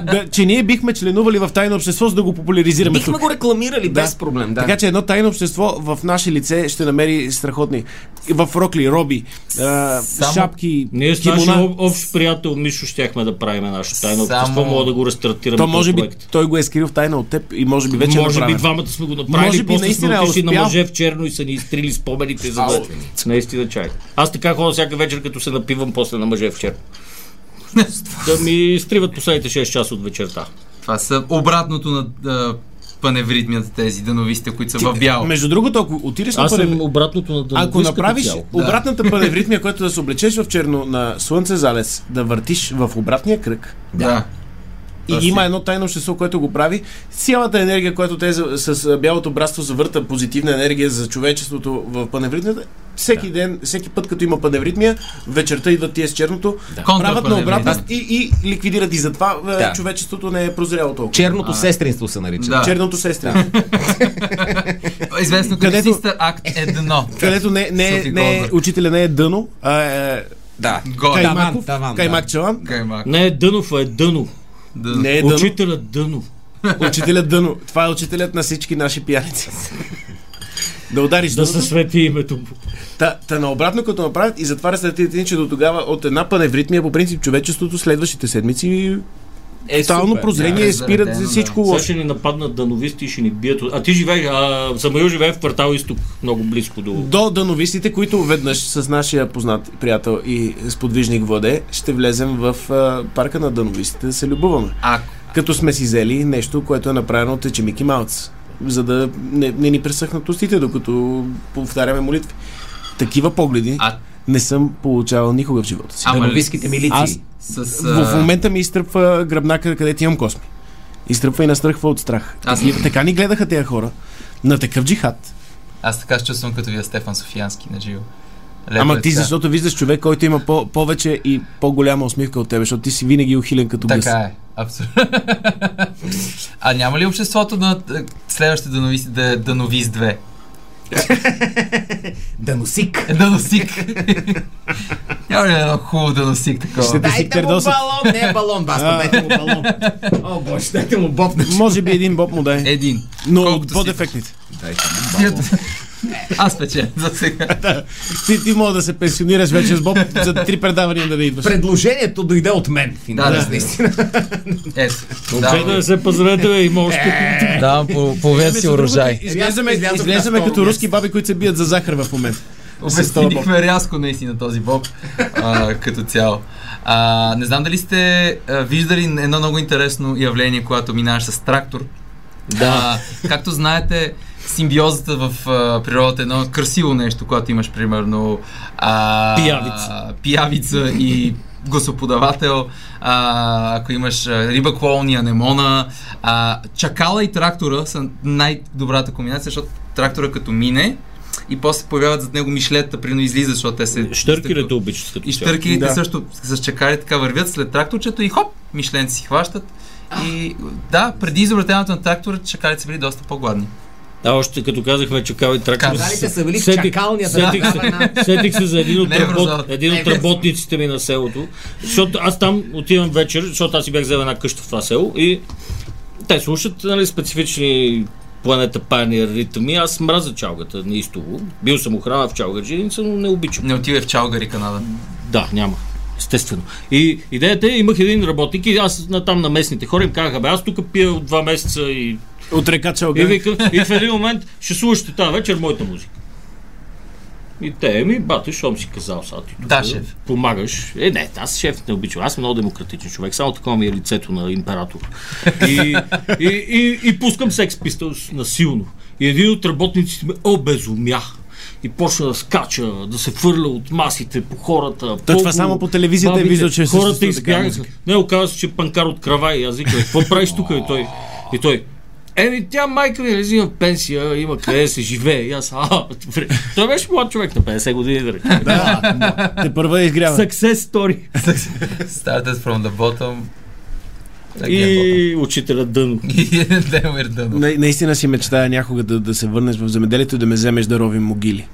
Speaker 5: да, че ние бихме членували в тайно общество, за да го популяризираме
Speaker 2: Бихме
Speaker 5: тук.
Speaker 2: го рекламирали без проблем, да.
Speaker 5: Така че едно тайно общество в наше лице ще намери страхотни. В рокли, роби, а,
Speaker 3: Само-
Speaker 5: шапки,
Speaker 4: Ние с
Speaker 5: кимона.
Speaker 4: нашия об- общ приятел Мишо щяхме да правим нашето тайно
Speaker 3: Само-
Speaker 4: общество, мога да го рестартираме.
Speaker 5: То може
Speaker 4: този
Speaker 5: би
Speaker 4: проект.
Speaker 5: той го е скрил в тайна от теб и може би вече е
Speaker 4: може би
Speaker 5: направен.
Speaker 4: двамата сме го направили,
Speaker 5: Може би
Speaker 4: после
Speaker 5: наистина
Speaker 4: сме
Speaker 5: е
Speaker 4: отишли на
Speaker 5: успял.
Speaker 4: мъже в черно и са ни изтрили спомените, за да... Наистина чай. Аз така ходя всяка вечер, като се напивам после на мъже в черно. да ми изтриват последните 6 часа от вечерта.
Speaker 3: Това са обратното на а, паневритмията тези дановисти, които са в бяло.
Speaker 5: Между другото, ако отидеш на
Speaker 4: Аз съм
Speaker 5: панев-
Speaker 4: обратното на дъното.
Speaker 5: Ако направиш обратната паневритмия, която да се облечеш в черно на слънце залез, да въртиш в обратния кръг,
Speaker 3: Да.
Speaker 5: И има едно тайно общество, което го прави. Цялата енергия, която те за- с а, бялото братство завърта позитивна енергия за човечеството в паневритмията, всеки ден, всеки път, като има паневритмия, вечерта идват тия с черното, правят на
Speaker 3: Контрапаневритмия.
Speaker 5: обратност и, и ликвидират. И затова
Speaker 2: Да.
Speaker 5: да. човечеството не е прозряло толкова.
Speaker 2: Черното сестринство се нарича.
Speaker 3: Да.
Speaker 5: Черното сестра,
Speaker 3: Известно като
Speaker 5: Където-
Speaker 3: Sister Act едно.
Speaker 5: където не, не,
Speaker 3: Софи
Speaker 5: не,
Speaker 3: Голдберг.
Speaker 5: учителя не е дъно, а е
Speaker 2: Да.
Speaker 3: Горе.
Speaker 2: Таван,
Speaker 5: Каймаков,
Speaker 2: таван, да.
Speaker 5: Каймак Чалан.
Speaker 3: Каймак.
Speaker 4: Не е Дънов, а е Дъно.
Speaker 3: Да.
Speaker 5: Не е дъно,
Speaker 4: Учителят Дъно.
Speaker 5: учителят дъно. Това е учителят на всички наши пияници. Да удариш
Speaker 4: Да
Speaker 5: дъното.
Speaker 4: се свети името му.
Speaker 5: Та, та наобратно, като направят и затварят след че до тогава от една паневритмия, по принцип, човечеството следващите седмици е тотално
Speaker 2: супер,
Speaker 5: прозрение
Speaker 3: да,
Speaker 5: и спират
Speaker 3: заредено,
Speaker 5: за всичко
Speaker 3: да.
Speaker 5: лошо.
Speaker 4: Сега ще ни нападнат дановисти и ще ни бият. от- А ти живееш, а Самуил живее в квартал Изток, много близко до...
Speaker 5: До дановистите, които веднъж с нашия познат приятел и сподвижник Владе, ще влезем в а, парка на дановистите да се любуваме.
Speaker 3: А,
Speaker 5: Като сме си взели нещо, което е направено от Ечемики Малц, за да не, не ни пресъхнат устите, докато повтаряме молитви. Такива погледи
Speaker 3: а,
Speaker 5: не съм получавал никога в живота си.
Speaker 3: ама ли,
Speaker 2: Дановиските милиции.
Speaker 5: Аз
Speaker 3: с, а,
Speaker 5: В момента ми изтръпва гръбнака, където имам косми. Изтръпва и настръхва от страх.
Speaker 3: Аз-
Speaker 5: И така ни гледаха тези хора. На такъв джихад.
Speaker 3: Аз така се чувствам като вие Стефан Софиянски на живо. Лепо е
Speaker 5: Ама ти
Speaker 3: така.
Speaker 5: защото виждаш човек, който има по- повече и по-голяма усмивка от тебе, защото ти си винаги ухилен като гъс.
Speaker 3: Така е, абсолютно. а няма ли обществото на е, следващите дановисти да е дановис 2?
Speaker 2: Даносик.
Speaker 3: Е, Даносик. няма ли едно хубаво даносик такова?
Speaker 5: Да си
Speaker 2: Дайте му
Speaker 5: търдосат.
Speaker 2: балон, не е балон, баста, дайте му балон. О, боже, дайте му бобна.
Speaker 5: Може би един боб му дай.
Speaker 3: Един.
Speaker 5: Но
Speaker 3: е. колкото
Speaker 5: от
Speaker 3: си.
Speaker 5: по-дефектните.
Speaker 3: Аз пече за сега.
Speaker 5: Ти, ти мога да се пенсионираш вече с боб за три предавания да не идваш.
Speaker 2: Предложението дойде от мен. в интерес
Speaker 3: да.
Speaker 2: на истина.
Speaker 3: Ето.
Speaker 4: Ей, да не
Speaker 3: Давам,
Speaker 4: се пазарете, бе, има
Speaker 2: Е,
Speaker 4: още...
Speaker 3: давам по, половин си урожай.
Speaker 5: Изглеждаме,
Speaker 2: Излязох- излязох
Speaker 5: изглеждаме
Speaker 2: на
Speaker 5: като
Speaker 2: второ
Speaker 5: руски баби, които се бият за захар в момента.
Speaker 3: Обяснихме рязко наистина този боб а, като цяло. А, не знам дали сте а, виждали едно много интересно явление, когато минаваш с трактор. Да. А, както знаете, симбиозата в а, природата е едно красиво нещо, когато имаш примерно а,
Speaker 4: Пиявица.
Speaker 3: пиявица и госоподавател, а, ако имаш а, риба клоуни, анемона, а, чакала и трактора са най-добрата комбинация, защото трактора като мине и после се появяват зад него мишлета, прино излизат, защото те се...
Speaker 4: Штъркирите обичат като
Speaker 3: И
Speaker 4: цяло.
Speaker 3: штъркирите
Speaker 5: Да.
Speaker 3: също с чакали така вървят след тракторчето и хоп, мишленци си хващат. И да, преди изобретяването на трактора чакалите са били доста по-гладни.
Speaker 4: А още като казахме чакал и трактор.
Speaker 2: Каналите са били в
Speaker 4: сетих-
Speaker 2: чакалнята.
Speaker 4: Сетих
Speaker 2: Да, да,
Speaker 4: се, сетих се за един от,
Speaker 3: Не,
Speaker 4: работ,
Speaker 3: броза.
Speaker 4: един
Speaker 2: Не, е
Speaker 4: от
Speaker 2: бе.
Speaker 4: работниците ми на селото. Защото аз там отивам вечер, защото аз си бях взел една къща в това село и те слушат нали, специфични планета парни ритми. Аз мразя чалгата на истово. Бил съм охрана в чалгаджиница, но не обичам.
Speaker 3: Не отивай в Чалгари, Канада.
Speaker 4: Да, няма. Естествено. И идеята е, имах един работник и аз на там на местните хора им казаха, бе, аз тук пия от два месеца и
Speaker 5: От река
Speaker 4: и
Speaker 5: Чалган.
Speaker 4: викам, и в един момент ще слушате тази вечер моята музика. И те ми, бате, щом си казал, сега ти тук
Speaker 3: Да, шеф.
Speaker 4: помагаш. Е, не, аз шеф не обичам. Аз съм много демократичен човек. Само такова ми е лицето на император. И, и, и, и пускам секс Pistols насилно. И един от работниците ме обезумя. И почна да скача, да се фърля от масите по хората.
Speaker 5: това
Speaker 4: по-
Speaker 5: само по телевизията е
Speaker 4: бабите.
Speaker 5: виждал, че
Speaker 4: Хората
Speaker 5: съществува такава
Speaker 4: избягаха. Не, оказа се, че е панкар от крава и аз викам, какво правиш тук? И той, и той, Еми, тя майка ми лези в пенсия, има къде да се живее. И аз, а, добре. Той беше млад човек на 50 години, да речем.
Speaker 5: Те първа е изгрява.
Speaker 4: Success story.
Speaker 3: Started е from the bottom.
Speaker 5: е,
Speaker 3: again
Speaker 4: И учителя Дън.
Speaker 3: е bottom. И Демир Дънов.
Speaker 5: На, наистина си мечтая някога да, да се върнеш в земеделието и да ме вземеш да ровим могили.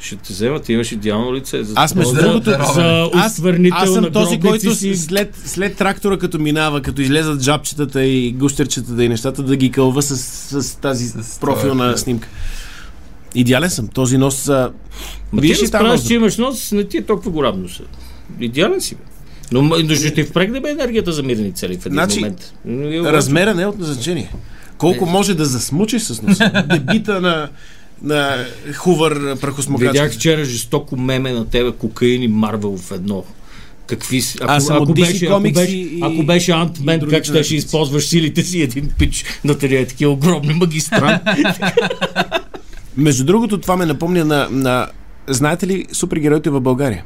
Speaker 4: Ще те вземат, имаш идеално лице. За
Speaker 5: Аз между
Speaker 4: за-
Speaker 5: другото-
Speaker 4: за
Speaker 5: Аз,
Speaker 4: отвърнител
Speaker 5: аз
Speaker 4: на
Speaker 5: съм този,
Speaker 4: гробници
Speaker 5: който
Speaker 4: си.
Speaker 5: си... след, след трактора, като минава, като излезат жабчетата и гущерчетата и нещата, да ги кълва с, с тази
Speaker 3: С
Speaker 5: профилна
Speaker 4: е.
Speaker 3: това.
Speaker 5: снимка. Идеален съм. Този нос... А...
Speaker 4: Ма ти
Speaker 5: Виж
Speaker 4: се
Speaker 5: и там
Speaker 4: справяш,
Speaker 5: нос.
Speaker 4: че имаш нос, не ти е толкова голям носа. Идеален си бе. Но, м- но ще ти впрегне бе енергията за мирни цели в един
Speaker 5: Значи,
Speaker 4: момент. Но е обаче-
Speaker 5: Размера не е от значение. Колко може да засмучиш с носа? Дебита на, на хувър
Speaker 4: Видях
Speaker 5: прахосмокачка.
Speaker 4: вчера жестоко меме на тебе, кокаин и Марвел в едно. Какви си, ако,
Speaker 5: Аз съм
Speaker 4: ако,
Speaker 5: от DC
Speaker 4: беше, ако,
Speaker 5: Comics
Speaker 4: беше,
Speaker 5: и-
Speaker 4: ако беше
Speaker 5: и
Speaker 4: Ant-Man,
Speaker 5: другите
Speaker 4: как ще ще
Speaker 5: наркотици.
Speaker 4: използваш силите си един пич на тези такива огромни магистрали?
Speaker 5: Между другото, това ме напомня на, на... Знаете ли супергероите в България?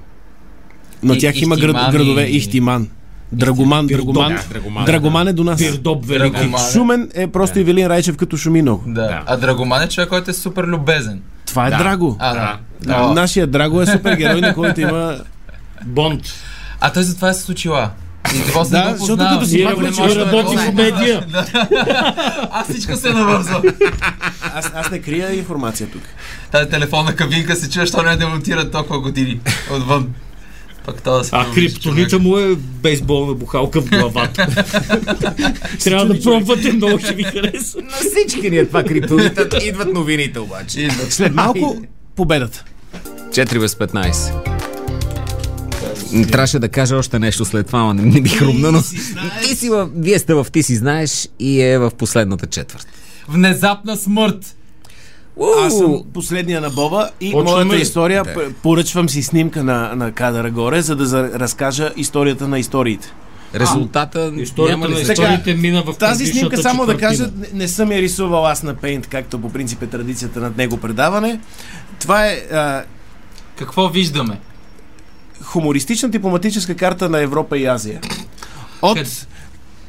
Speaker 5: На
Speaker 3: И-
Speaker 5: тях има град,
Speaker 3: Ихтиман и-
Speaker 5: градове Ихтиман. Драгоман, Драгоман.
Speaker 2: Да, Драгоман.
Speaker 5: Драгоман е до нас.
Speaker 4: Пирдоп велики.
Speaker 3: Драгоман.
Speaker 5: Шумен е просто да. Евелин Райчев като шуми много.
Speaker 3: Да.
Speaker 2: Да.
Speaker 3: А Драгоман е човек, който е супер любезен.
Speaker 5: Това е
Speaker 2: Да.
Speaker 5: Драго.
Speaker 3: А,
Speaker 2: Да.
Speaker 3: да.
Speaker 5: А,
Speaker 3: О.
Speaker 5: Нашия Драго е супергерой, на който има...
Speaker 4: Бонд.
Speaker 3: А той затова е с очила. И това се
Speaker 5: Да,
Speaker 3: да,
Speaker 5: защото
Speaker 3: познава.
Speaker 5: като си
Speaker 4: И
Speaker 5: пак
Speaker 4: работи
Speaker 5: вече не
Speaker 4: работи
Speaker 3: е
Speaker 4: в
Speaker 3: Бонд.
Speaker 4: медия.
Speaker 3: Аз всичко се навързвам.
Speaker 5: Аз, аз не крия информация тук.
Speaker 3: Тази телефонна кабинка се чува, що не демонтира толкова години отвън. Пак то да се
Speaker 4: А
Speaker 3: провалиш,
Speaker 4: криптонита
Speaker 3: човек.
Speaker 4: му е бейсболна бухалка в главата. Трябва да пробвате, много ще ви хареса.
Speaker 2: На всички ни е това криптовитът. Идват новините обаче.
Speaker 3: Идва.
Speaker 5: След малко победата.
Speaker 2: 4 без 15. М, Трябваше да кажа още нещо след това, но не, не ми хрумна, но ти си в, вие сте в Ти си знаеш и е в последната четвърт.
Speaker 3: Внезапна смърт.
Speaker 5: Аз съм последния на Боба и
Speaker 4: Почваме
Speaker 5: моята
Speaker 4: ли?
Speaker 5: история п- поръчвам си снимка на, на кадъра горе, за да за, разкажа историята на историите.
Speaker 2: Резултата няма
Speaker 4: Историята на
Speaker 2: ли
Speaker 5: Сега,
Speaker 4: историите мина в
Speaker 5: Тази снимка
Speaker 4: предишната
Speaker 5: само да
Speaker 4: четвъртина.
Speaker 5: кажа, не, не съм я рисувал аз на Paint, както по принцип е традицията на него предаване. Това е а,
Speaker 3: Какво виждаме?
Speaker 5: хумористична дипломатическа карта на Европа и Азия. От
Speaker 3: Къде?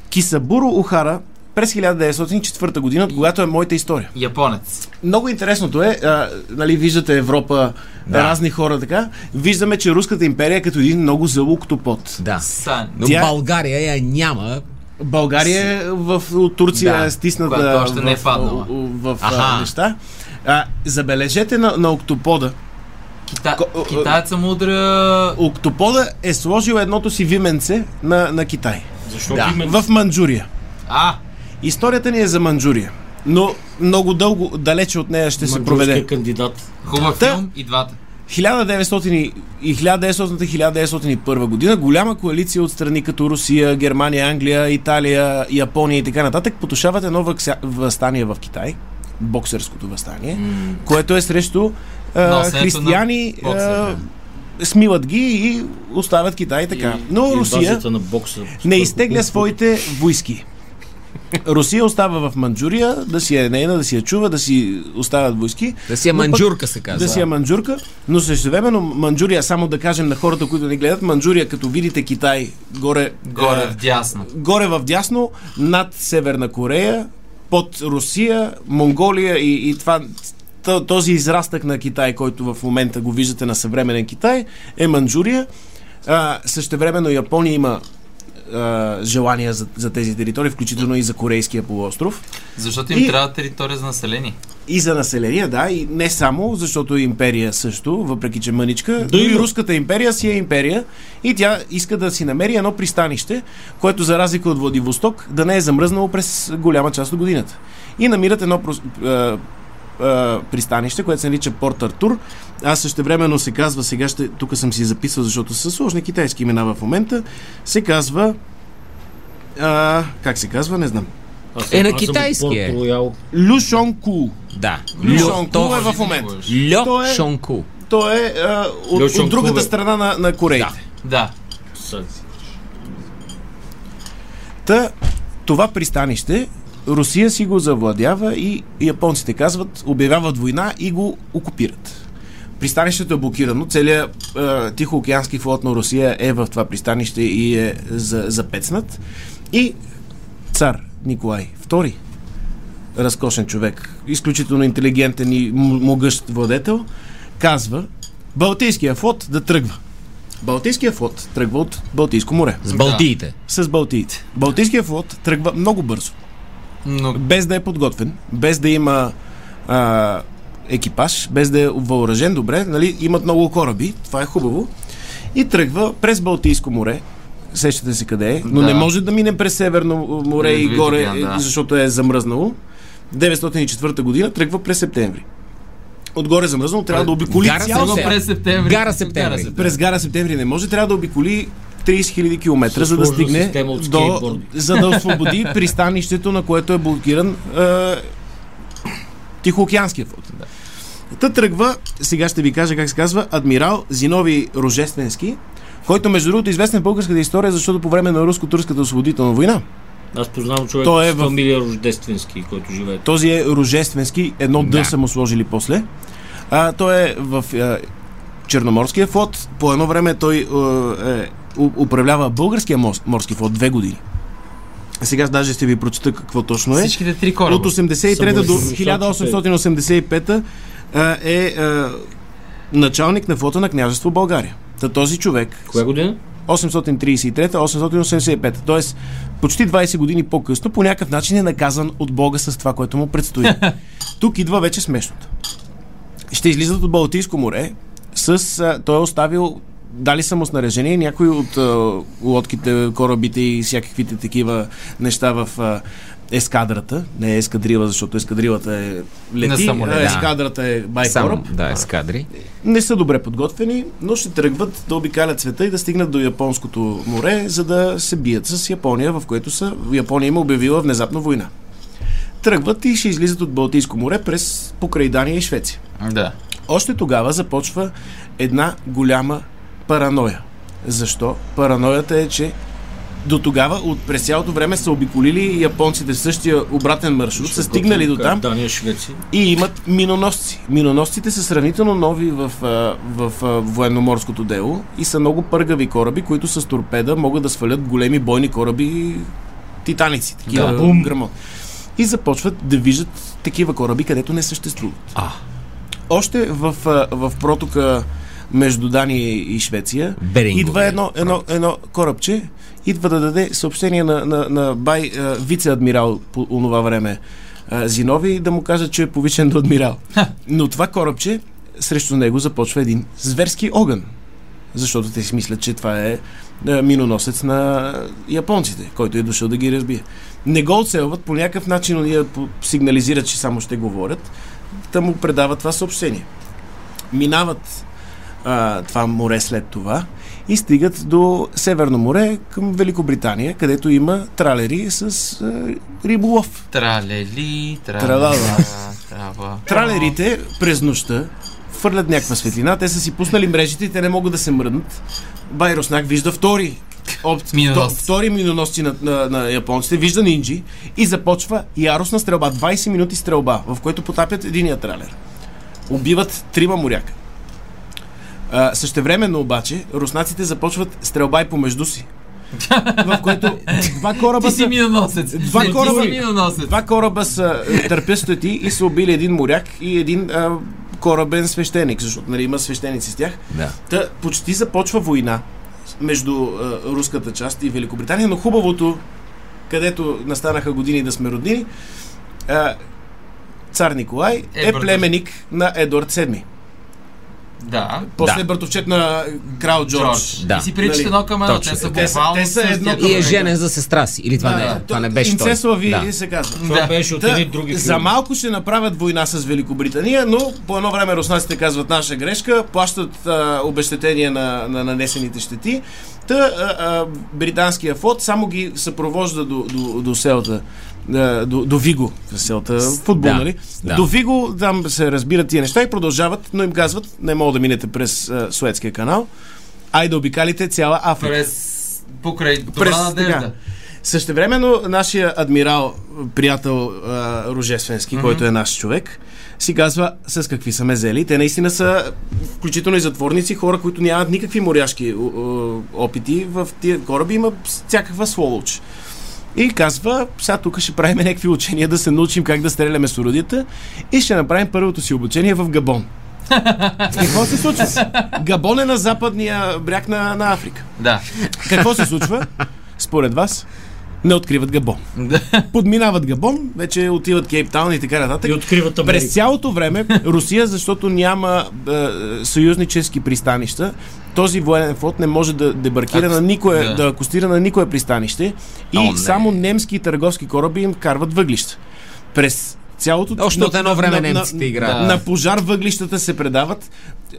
Speaker 5: Кисабуро Ухара през 1904 година, от когато е моята история.
Speaker 3: Японец.
Speaker 5: Много интересното е, а, нали, виждате Европа, да. разни хора така, виждаме, че Руската империя е като един много зълук топот.
Speaker 2: Да.
Speaker 3: Сань.
Speaker 2: Но
Speaker 5: Тя-
Speaker 2: България я няма.
Speaker 5: България е в, от Турция
Speaker 2: Да,
Speaker 5: е стисната
Speaker 3: която още не е
Speaker 5: в,
Speaker 3: паднала.
Speaker 5: в, в,
Speaker 2: Аха.
Speaker 5: а, неща. А, забележете на, на октопода.
Speaker 3: Кита...
Speaker 5: Ко-
Speaker 3: Китайца мудра...
Speaker 5: Октопода е сложил едното си вименце на, на Китай.
Speaker 4: Защо
Speaker 2: Да.
Speaker 4: да. именно?
Speaker 5: В Манджурия.
Speaker 3: А,
Speaker 5: Историята ни е за Манджурия. Но много дълго, далече от нея ще се проведе.
Speaker 4: Манджурския кандидат.
Speaker 3: хубав
Speaker 5: Та-
Speaker 3: филм и двата.
Speaker 5: 1900 и- и 1900-1901 година голяма коалиция от страни като Русия, Германия, Англия, Италия, Япония и така нататък потушават едно въкся- въстание в Китай, боксерското въстание, което е срещу а,
Speaker 3: Носенето на
Speaker 5: християни,
Speaker 3: боксер,
Speaker 5: а, смиват ги и оставят Китай така. Но
Speaker 4: И
Speaker 5: Русия
Speaker 4: базата на бокса.
Speaker 5: не изтегля своите войски. Русия остава в Манджурия, да си е нейна, да си я чува, да си оставят войски.
Speaker 2: Да си е
Speaker 5: Но пък-
Speaker 2: манджурка, се казва.
Speaker 5: да си е манджурка, но същевременно Манджурия, само да кажем на хората, които ни гледат, Манджурия, като видите Китай горе,
Speaker 3: Горе
Speaker 5: е,
Speaker 3: в дясно.
Speaker 5: горе в дясно, над Северна Корея, под Русия, Монголия и, и това, то- този израстък на Китай, който в момента го виждате на съвременен Китай, е Манджурия. А, същевременно Япония има а, желания за, за тези територии, включително и за Корейския полуостров.
Speaker 3: Защото им
Speaker 5: И-
Speaker 3: трябва територия за население.
Speaker 5: И за население, да, и не само, защото и империя също, въпреки че мъничка, да, но и
Speaker 4: има.
Speaker 5: руската империя си е империя и тя иска да си намери едно пристанище, което за разлика от Владивосток да не е замръзнало през голяма част от годината. И намират едно прос- а, а, пристанище, което се нарича Порт Артур. Аз същевременно се казва, сега ще, тук съм си записал, защото са сложни китайски имена в момента, се казва, а, как се казва, не знам.
Speaker 4: Аз съм-
Speaker 2: Е, на
Speaker 4: аз съм от
Speaker 2: китайски е.
Speaker 4: Порт Роял.
Speaker 5: Люшонку.
Speaker 2: Да.
Speaker 5: Люшонку е
Speaker 2: Льо
Speaker 5: в момента.
Speaker 2: Льо
Speaker 5: То е-
Speaker 2: Шонку.
Speaker 5: Той е а, от,
Speaker 4: Льо
Speaker 5: от
Speaker 4: Шонков
Speaker 5: другата
Speaker 4: е.
Speaker 5: страна на, на Кореите.
Speaker 3: Да.
Speaker 4: Са-
Speaker 5: Та, това пристанище Русия си го завладява и японците казват, обявяват война и го окупират. Пристанището е блокирано, целият е, Тихоокеански флот на Русия е в това пристанище и е за, запецнат. И цар Николай II, разкошен човек, изключително интелигентен и м- могъщ владетел, казва Балтийския флот да тръгва. Балтийския флот тръгва от Балтийско море
Speaker 2: С Балтиите.
Speaker 5: с Балтиите. Балтийския флот тръгва много бързо,
Speaker 3: Но
Speaker 5: без да е подготвен, без да има а, екипаж, без да е въоръжен добре, нали, имат много кораби, това е хубаво, и тръгва през Балтийско море, сещате се къде е, но
Speaker 3: Да.
Speaker 5: не може да мине през Северно море и
Speaker 3: Медведите,
Speaker 5: горе,
Speaker 3: да.
Speaker 5: е, защото е замръзнало. 904 година тръгва през септември. Отгоре замръзнало, трябва да обиколи
Speaker 2: Гара
Speaker 5: цял
Speaker 2: се-
Speaker 3: Сега през септември.
Speaker 2: Гара септември.
Speaker 5: Е, през гара септември не може, трябва да обиколи 30 000 км,
Speaker 4: Със
Speaker 5: за да
Speaker 4: сложна
Speaker 5: стигне
Speaker 4: система от
Speaker 5: до,
Speaker 4: скейтборди.
Speaker 5: за да освободи пристанището, на което е блокиран е, Тихоокеанския флот. Та тръгва, сега ще ви кажа как се казва, адмирал Зинови Рожественски, който между другото е известен в българската история, защото по време на руско-турската освободителна война
Speaker 4: Аз познавам човек
Speaker 5: Той е
Speaker 4: с
Speaker 5: в-
Speaker 4: фамилия Рождественски, който живее.
Speaker 5: Този е Рожественски, едно да.
Speaker 2: Да.
Speaker 5: Д са му сложили после. А, той е в а, Черноморския флот. По едно време той а, е, у- управлява българския морс- морски флот две години. Сега даже ще ви прочета какво точно е.
Speaker 3: Всичките три кораба.
Speaker 5: От 83 до 1885 а, е а, началник на флота на княжество България. Та този човек,
Speaker 4: Коя година?
Speaker 5: 833-885, т.е. почти 20 години по-късно, по някакъв начин е наказан от Бога с това, което му предстои. Тук идва вече смешното. Ще излизат от Балтийско море с... А, той е оставил дали са му снаряжение някои от а, лодките, корабите и всякаквите такива неща в а, ескадрата. Не е ескадрила, защото ескадрилата е
Speaker 3: На
Speaker 5: лети,
Speaker 3: самолет,
Speaker 5: а
Speaker 3: да.
Speaker 5: ескадрата е байкораб.
Speaker 2: Само, да, ескадри.
Speaker 5: Не са добре подготвени, но ще тръгват да обикалят света и да стигнат до Японското море, за да се бият с Япония, в което са. Япония им е обявила внезапно война. Тръгват и ще излизат от Балтийско море през покрай Дания и Швеция.
Speaker 3: Да.
Speaker 5: Още тогава започва една голяма параноя. Защо? Параноята е, че до тогава, от през цялото време са обиколили японците в същия обратен маршрут, са стигнали до там
Speaker 4: Дания, Швеция.
Speaker 5: и имат миноносци. Миноносците са сравнително нови в, а, в, а, военноморското дело и са много пъргави кораби, които с торпеда могат да свалят големи бойни кораби титаници, такива
Speaker 4: Да,
Speaker 5: да, гръмот. И започват да виждат такива кораби, където не съществуват.
Speaker 2: А.
Speaker 5: Още в, а, в протока между Дания и Швеция
Speaker 2: Беринговия
Speaker 5: идва едно, едно, едно корабче, идва да даде съобщение на, на, на бай а, вице-адмирал по онова време а, Зинови да му каже, че е повичен до адмирал. Но това корабче, срещу него започва един зверски огън. Защото те си мислят, че това е а, миноносец на японците, който е дошъл да ги разбие. Не го оцелват, по някакъв начин уния по- сигнализират, че само ще говорят, да му предават това съобщение. Минават а, това море след това и стигат до Северно море към Великобритания, където има тралери с а, риболов.
Speaker 3: Тралели,
Speaker 5: Тралала.
Speaker 3: тралала, трава.
Speaker 5: Тралерите през нощта фърлят някаква светлина, те са си пуснали мрежите и те не могат да се мръднат. Бай Роснак вижда втори опт,
Speaker 3: Миноносци.
Speaker 5: то- втори миноносци на, на, на японците, вижда нинджи и започва яростна стрелба, 20 минути стрелба, в което потапят единия тралер. Убиват трима моряка. А, същевременно обаче, руснаците започват стрелба и помежду си. В което два кораба
Speaker 3: Ти си
Speaker 5: са...
Speaker 3: миноносец.
Speaker 5: Два
Speaker 3: Не, ти
Speaker 5: кораба.
Speaker 3: си миноносец.
Speaker 5: Два кораба са е, търпящи и са убили един моряк и един а, корабен свещеник, защото нали, има свещеници с тях.
Speaker 2: Да.
Speaker 5: Та почти започва война между а, руската част и Великобритания, но хубавото, където настанаха години да сме роднини, а, цар Николай е
Speaker 3: Едвард.
Speaker 5: племеник на Едуард VII.
Speaker 3: Да.
Speaker 5: После
Speaker 2: Да.
Speaker 5: е братовчет на крал Джордж.
Speaker 3: Джордж.
Speaker 2: Да.
Speaker 3: И си приличат
Speaker 5: Нали,
Speaker 3: едно към едно. Те
Speaker 2: точно.
Speaker 3: са
Speaker 5: Те са-
Speaker 3: буквално
Speaker 5: те са
Speaker 3: същия
Speaker 5: едно към
Speaker 2: И
Speaker 3: калибър.
Speaker 2: е женен за сестра си. Или това, не, е,
Speaker 5: Да,
Speaker 2: това не беше той.
Speaker 5: Инцесова ви е
Speaker 2: Да.
Speaker 5: се казва.
Speaker 4: Това
Speaker 3: Да.
Speaker 4: беше от
Speaker 5: Та,
Speaker 4: един други
Speaker 5: за
Speaker 4: филм.
Speaker 5: малко ще направят война с Великобритания, но по едно време руснаците казват наша грешка, плащат а, обещетение на, на нанесените щети. Та а, а, британския флот само ги съпровожда до, до, до селата, а, до, до Виго, селата футбол,
Speaker 2: да,
Speaker 5: нали?
Speaker 2: да.
Speaker 5: До Виго там се разбират тия неща и продължават, но им казват, не мога да минете през а, Суетския канал, ай да обикалите цяла Африка.
Speaker 3: През... Покрай добра
Speaker 5: През
Speaker 3: надежда.
Speaker 5: така. Същевременно нашия адмирал, приятел а, Рожественски, mm-hmm. който е наш човек, си казва с какви са ме взели. Те наистина са, включително и затворници, хора, които нямат никакви моряшки о- о, опити. В тия кораби има всякаква сволоч. И казва, сега тук ще правим някакви учения да се научим как да стреляме с уродията и ще направим първото си обучение в Габон. Какво се случва? Габон е на западния бряг на, на Африка.
Speaker 3: Да.
Speaker 5: Какво се случва? Според вас? не откриват Габон. Подминават Габон, вече отиват Кейптаун и така нататък.
Speaker 4: И откриват Америка.
Speaker 5: През цялото време Русия, защото няма е, съюзнически пристанища, този военен флот не може да дебаркира
Speaker 3: Ак-
Speaker 5: на никое,
Speaker 3: да.
Speaker 5: да. да акостира на никое пристанище и
Speaker 2: О, не.
Speaker 5: само немски търговски кораби им карват въглища. През цялото...
Speaker 2: Още
Speaker 5: на-
Speaker 2: от едно
Speaker 5: на-
Speaker 2: време
Speaker 5: на- на-
Speaker 2: немците играят.
Speaker 3: Да.
Speaker 5: на пожар въглищата се предават.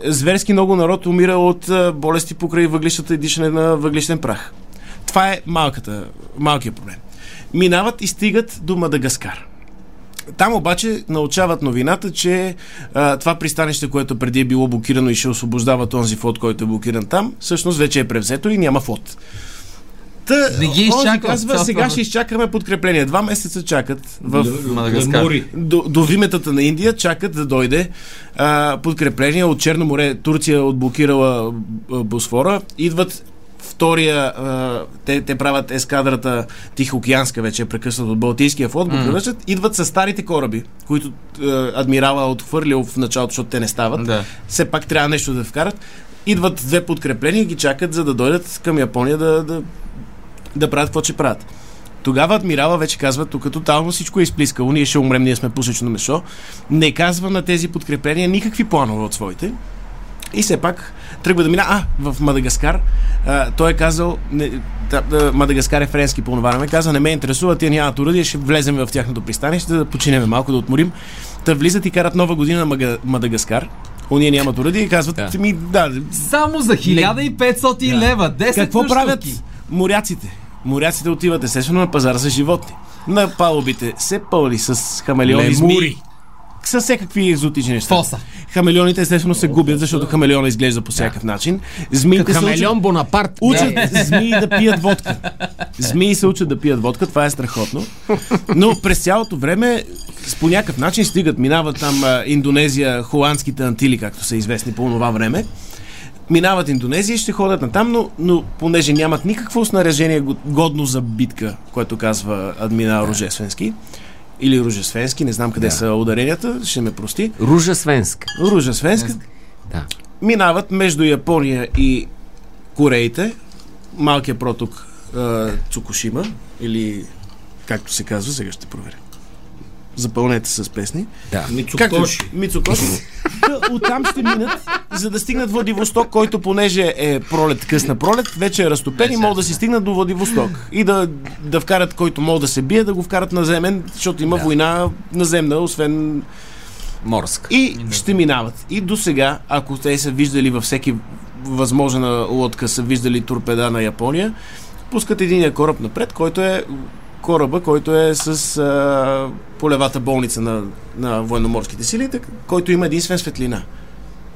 Speaker 5: Зверски много народ умира от а, болести покрай въглищата и дишане на въглищен прах. Това е малката, малкият проблем. Минават и стигат до Мадагаскар. Там обаче научават новината, че а, това пристанище, което преди е било блокирано и ще освобождава този флот, който е блокиран там, всъщност вече е превзето и няма флот. Та,
Speaker 3: Не ги е
Speaker 5: онзи
Speaker 3: изчакват,
Speaker 5: казва,
Speaker 3: цялото-
Speaker 5: сега ще изчакаме подкрепление. Два месеца чакат в
Speaker 3: Мадагаскар.
Speaker 4: Мори.
Speaker 5: до, до виметата на Индия чакат да дойде а, подкрепление от Черно море. Турция е отблокирала а, Босфора. Идват втория, а, те, те правят ескадрата Тихоокеанска вече, е прекъснат от Балтийския флот, го превръщат. Идват с старите кораби, които а, адмирала е отхвърлил в началото, защото те не стават.
Speaker 3: Да.
Speaker 5: Все пак трябва нещо да вкарат. Идват две подкрепления и ги чакат, за да дойдат към Япония да, да, да правят какво ще правят. Тогава адмирала вече казва, тук тотално всичко е изплискало, ние ще умрем, ние сме пушечно месо. Не казва на тези подкрепления никакви планове от своите. И все пак тръгва да мина. А, в Мадагаскар а, той е казал, не, да, да, Мадагаскар е френски по това време, казва, не ме интересува, тия нямат оръдие, ще влезем в тяхното пристанище, да починем малко, да отморим. Та влизат и карат нова година на Мага, Мадагаскар. Ония нямат оръдие и казват,
Speaker 2: Да.
Speaker 5: да. ми, да,
Speaker 3: Само за 1500
Speaker 5: Да.
Speaker 3: лева. 10
Speaker 5: какво
Speaker 3: нощувки.
Speaker 5: правят моряците? Моряците отиват естествено на пазара за животни. На палубите се пълни с хамелеони змии. С всякакви екзотични неща.
Speaker 3: Фоса.
Speaker 5: Хамелеоните естествено се губят, защото хамелеона изглежда по всякакъв начин. Змиите се учат,
Speaker 2: Хамелеон Бонапарт.
Speaker 5: учат змии да пият водка. Змии се учат да пият водка, това е страхотно. Но през цялото време с- по някакъв начин стигат, минават там а, Индонезия, холандските антили, както са известни по това време минават Индонезия и ще ходят натам, но, но понеже нямат никакво снаряжение го- годно за битка, което казва адмирал Рожесвенски, или Рожесвенски, не знам къде
Speaker 2: Да.
Speaker 5: са ударенията, ще ме прости,
Speaker 2: Ружа Свенска.
Speaker 5: Рожесвенска,
Speaker 2: Да.
Speaker 5: минават между Япония и Кореите, малкият проток а, Цукушима, или както се казва, сега ще проверя. Запълнете с песни.
Speaker 2: да.
Speaker 4: Мицукоши.
Speaker 5: Мицукоши. Та, Оттам ще минат, за да стигнат Владивосток, който понеже е пролет, късна пролет, вече е разтопен и могат да си стигнат до Владивосток. И да, да вкарат, който мога да се бие, да го вкарат наземен, защото има война наземна, освен...
Speaker 2: Морска.
Speaker 5: И ще минават. И до сега, ако те са виждали във всеки възможна лодка, са виждали торпеда на Япония, пускат единия кораб напред, който е кораба, който е с а, полевата болница на, на военноморските сили, так- който има единствен светлина.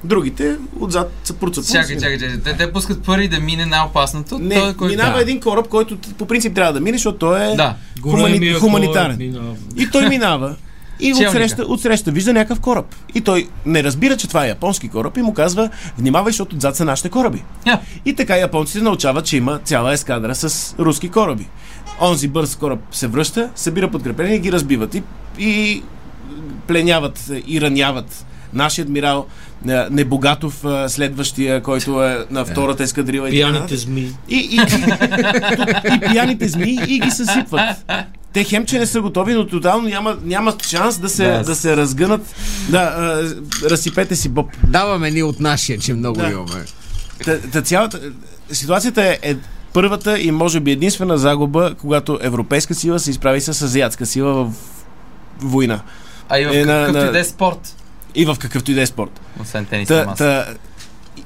Speaker 5: Другите отзад са пруцат.
Speaker 3: Чакай, чакай, чакай. Те, те пускат пари да мине най-опасното.
Speaker 5: Не,
Speaker 3: той, който...
Speaker 5: минава
Speaker 3: да.
Speaker 5: един кораб, който т- по принцип трябва да мине, защото той е
Speaker 3: Да.
Speaker 5: хумани...
Speaker 4: Големия
Speaker 5: хуманитарен.
Speaker 4: кой минава.
Speaker 5: И той минава. И
Speaker 3: Челника.
Speaker 5: отсреща, отсреща, вижда някакъв кораб. И той не разбира, че това е японски кораб и му казва, внимавай, защото отзад са нашите кораби.
Speaker 3: Я.
Speaker 5: И така японците научават, че има цяла ескадра с руски кораби. Онзи бърз кораб се връща, събира подкрепление и ги разбиват. И, и пленяват и раняват нашия адмирал е, Небогатов, е, следващия, който е на втората ескадрила. и така нататък.
Speaker 4: Пияните змии.
Speaker 5: И, и, и, и пияните змии и ги съсипват. Те хем, че не са готови, но тотално няма, нямат шанс да се,
Speaker 3: Да.
Speaker 5: да, да се разгънат. Да, а, разсипете си боб.
Speaker 2: Даваме ни от нашия, че много
Speaker 5: Да.
Speaker 2: имаме.
Speaker 5: Та, та цялата, ситуацията е, е първата и може би единствена загуба, когато европейска сила се изправи с азиатска сила в война.
Speaker 3: А и в
Speaker 5: Е, на-
Speaker 3: какъвто
Speaker 5: на-
Speaker 3: и да е спорт.
Speaker 5: И в какъвто и да е спорт.
Speaker 3: Освен тенис
Speaker 5: Та,
Speaker 3: та, та,
Speaker 5: та,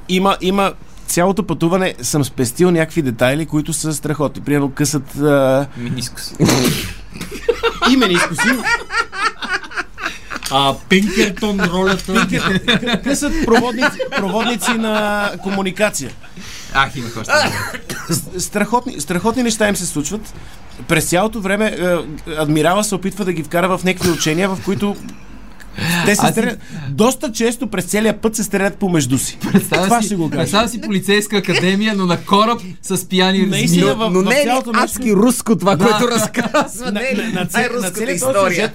Speaker 5: има, има цялото пътуване съм спестил някакви детайли, които са страхотни. Примерно късат а,
Speaker 3: Минискус.
Speaker 5: имени изкуси,
Speaker 4: А Пинкертон ролята...
Speaker 5: късат проводници, проводници на комуникация.
Speaker 3: Ах, имах още.
Speaker 5: Страхотни, страхотни неща им се случват. През цялото време е, адмирала се опитва да ги вкара в някакви учения, в които те се
Speaker 3: Аз си-
Speaker 5: стрелят. Доста често през целия път се стрелят помежду си. Това
Speaker 3: Представя
Speaker 5: ще
Speaker 3: си,
Speaker 5: го кажа.
Speaker 3: представя си полицейска академия, но на кораб с пияни
Speaker 5: Наистина,
Speaker 3: змии.
Speaker 5: в-
Speaker 2: но не е ли
Speaker 5: цялото нещо-
Speaker 2: адски руско това,
Speaker 3: Да.
Speaker 2: което разказва? Не,
Speaker 5: на- на
Speaker 2: не,
Speaker 5: цел- на
Speaker 2: най-руската
Speaker 5: целия този
Speaker 2: история.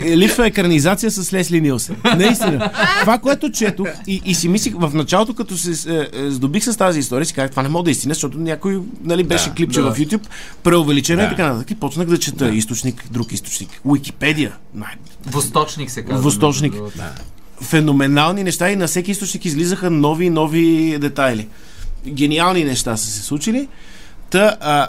Speaker 5: е, липсва екранизация с Лесли Нилсен. Наистина. Това, което четох и, и си мислих в началото, като се е, е, здобих с тази история, си казах, това не мога да е истина, защото някой нали, беше
Speaker 2: Да,
Speaker 5: клипче
Speaker 2: да.
Speaker 5: в YouTube, преувеличено и така нататък. И почнах да чета източник, друг източник. Уикипедия. Най-
Speaker 3: Восточник се казва.
Speaker 5: Восточник.
Speaker 3: между другото.
Speaker 5: феноменални неща и на всеки източник излизаха нови и нови детайли. Гениални неща са се случили. Та, а,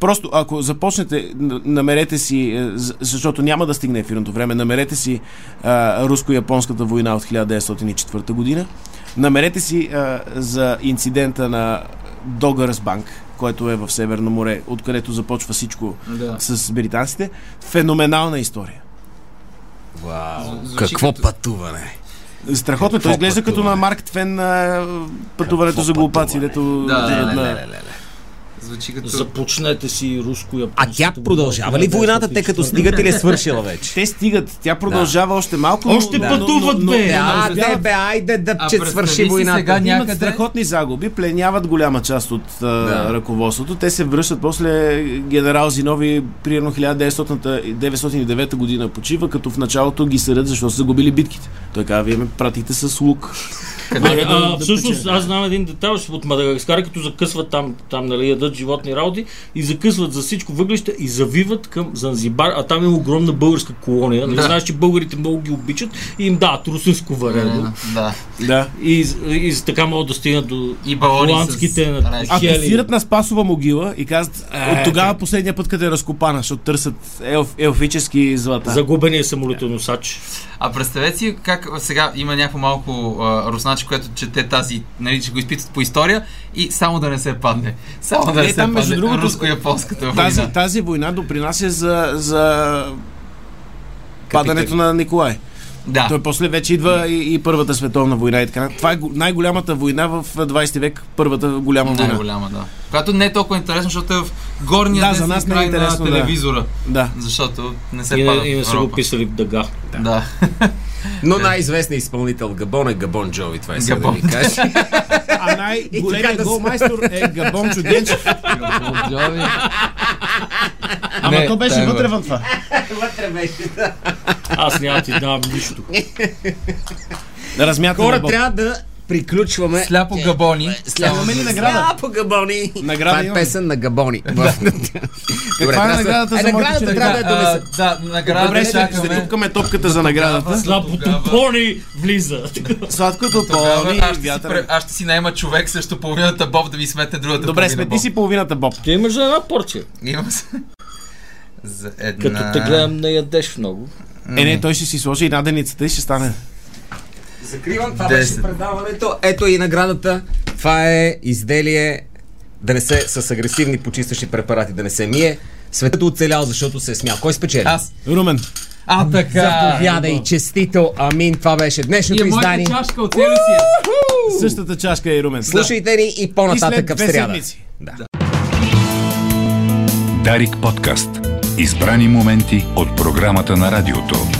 Speaker 5: просто ако започнете, н- намерете си, е, з- защото няма да стигне ефирното време, намерете си а, руско-японската война от 1904 година, намерете си а, за инцидента на Догърс банк, който е в Северно море, откъдето започва всичко
Speaker 3: Да.
Speaker 5: с британците. Феноменална история.
Speaker 2: Вау.
Speaker 3: Звучи
Speaker 2: Какво
Speaker 3: като-
Speaker 2: пътуване?
Speaker 5: Страхотно, е.
Speaker 2: Какво
Speaker 5: той изглежда като
Speaker 2: пътуване?
Speaker 5: на Марк Твен на пътуването
Speaker 2: Какво
Speaker 5: за глупаци,
Speaker 2: пътуване?
Speaker 5: дето...
Speaker 3: Да, да,
Speaker 5: отиват
Speaker 3: да,
Speaker 5: на-
Speaker 3: да, Звучи като...
Speaker 4: Започнете си руско
Speaker 2: А тя продължава ли войната, тъй като стигат или е свършила вече?
Speaker 5: Те стигат, тя продължава още малко.
Speaker 4: Още пътуват, бе!
Speaker 2: А,
Speaker 5: успяват.
Speaker 2: те бе, айде да
Speaker 3: А
Speaker 2: че
Speaker 3: представи
Speaker 2: свърши
Speaker 3: си сега
Speaker 2: войната.
Speaker 5: Имат
Speaker 3: някъде-
Speaker 5: страхотни загуби, пленяват голяма част от а,
Speaker 2: Да.
Speaker 5: ръководството. Те се връщат после генерал Зинови, примерно 1909 година почива, като в началото ги съдят, защото са загубили битките. Той казва, вие ме пратихте с лук.
Speaker 4: Ами, А, а, всъщност аз знам един детайл от Мадагаскар, като закъсват там, там нали, ядат животни работи и закъсват за всичко въглища и завиват към Занзибар, а там е огромна българска колония. Нали,
Speaker 3: Да.
Speaker 4: знаеш, че българите много ги обичат и им дават русинско варено.
Speaker 3: е, Да.
Speaker 5: Да.
Speaker 4: И, и, и така могат да стигнат до
Speaker 3: И балони с
Speaker 4: холандските на-
Speaker 3: райски.
Speaker 5: А
Speaker 4: Хели.
Speaker 5: пасират на Спасова могила и казват, от тогава последния път, къде е разкопана, защото търсят елф, елфически злата.
Speaker 4: загубения самолетоносач.
Speaker 3: А представете си как сега има някакво малко а, русначе, което чете тази, нали, че го изпитат по история и само да не се падне. Само да
Speaker 5: Не,
Speaker 3: не, се
Speaker 5: Е, там, между
Speaker 3: падне.
Speaker 5: другото,
Speaker 3: Руско-японската война.
Speaker 5: Тази, тази война допринася за, за падането на Николай.
Speaker 3: Да.
Speaker 5: Той после вече идва и, и Първата световна война и така. нататък. Това е го- най-голямата война в 20 век, първата голяма война.
Speaker 3: Най-голяма, да. Която не е толкова интересна, защото е в горния
Speaker 5: Да,
Speaker 3: десен
Speaker 5: за нас не е
Speaker 3: край на
Speaker 5: интересно, да.
Speaker 3: телевизора.
Speaker 5: Да.
Speaker 3: Защото не се
Speaker 4: И,
Speaker 3: пада
Speaker 4: не- и не
Speaker 3: в
Speaker 4: са го
Speaker 3: Европа.
Speaker 4: писали в дъга.
Speaker 3: Да.
Speaker 2: Но най-известният изпълнител в Габон е Габон Джови, това е сега да
Speaker 3: Габон.
Speaker 2: ви кажа.
Speaker 5: А най-големият голмайстор е Габон Чуденчев. Ама
Speaker 3: Не,
Speaker 5: то
Speaker 3: тая
Speaker 5: беше
Speaker 3: го-
Speaker 5: вътре в това.
Speaker 4: Аз няма да ти давам нищо.
Speaker 5: Размятане
Speaker 2: Хора,
Speaker 5: на Бог.
Speaker 2: трябва да приключваме.
Speaker 3: Сляпо габони.
Speaker 5: Имаме ли награда?
Speaker 2: Сляпо Габони.
Speaker 5: Награда
Speaker 2: това е
Speaker 5: имаме.
Speaker 2: песен на Габони. Каква
Speaker 5: е наградата за
Speaker 2: наградата
Speaker 5: моите чудеса?
Speaker 2: трябва да я
Speaker 3: А,
Speaker 2: донеса.
Speaker 3: Да, награда
Speaker 5: е Добре,
Speaker 3: Добре,
Speaker 5: ще, ще
Speaker 3: чакаме.
Speaker 5: тупкаме топката за наградата.
Speaker 4: Слабото
Speaker 3: Тогава-
Speaker 4: пони влиза.
Speaker 5: Сладкото
Speaker 3: Тогава
Speaker 5: пони,
Speaker 3: аз ще си пре-
Speaker 5: вятър.
Speaker 3: Аз ще си найма човек срещу половината Боб да ми сметне другата
Speaker 5: Добре,
Speaker 3: половина
Speaker 5: сметни
Speaker 3: Боб.
Speaker 5: си половината, Боб.
Speaker 4: Ти имаш за една порция.
Speaker 3: Имам се. За една...
Speaker 4: Като те гледам не ядеш много.
Speaker 5: Е, не, той ще си сложи и наденицата и ще стане.
Speaker 2: Закривам, това
Speaker 3: Десет.
Speaker 2: беше предаването. Ето и наградата. Това е изделие да не се с агресивни почистващи препарати, да не се мие. Светът е оцелял, защото се е смял. Кой спечели?
Speaker 3: Аз.
Speaker 5: Румен.
Speaker 3: А, така.
Speaker 2: Заповядай, честито. Амин, това беше
Speaker 3: И е
Speaker 2: днешното
Speaker 3: моята
Speaker 2: издание.
Speaker 3: чашка от себе си. е.
Speaker 5: Същата чашка е и Румен.
Speaker 2: Слушайте ни и по-нататък
Speaker 5: след
Speaker 2: в
Speaker 5: две
Speaker 2: сряда.
Speaker 5: седмици.
Speaker 2: Да.
Speaker 1: Дарик подкаст. Избрани моменти от програмата на радиото.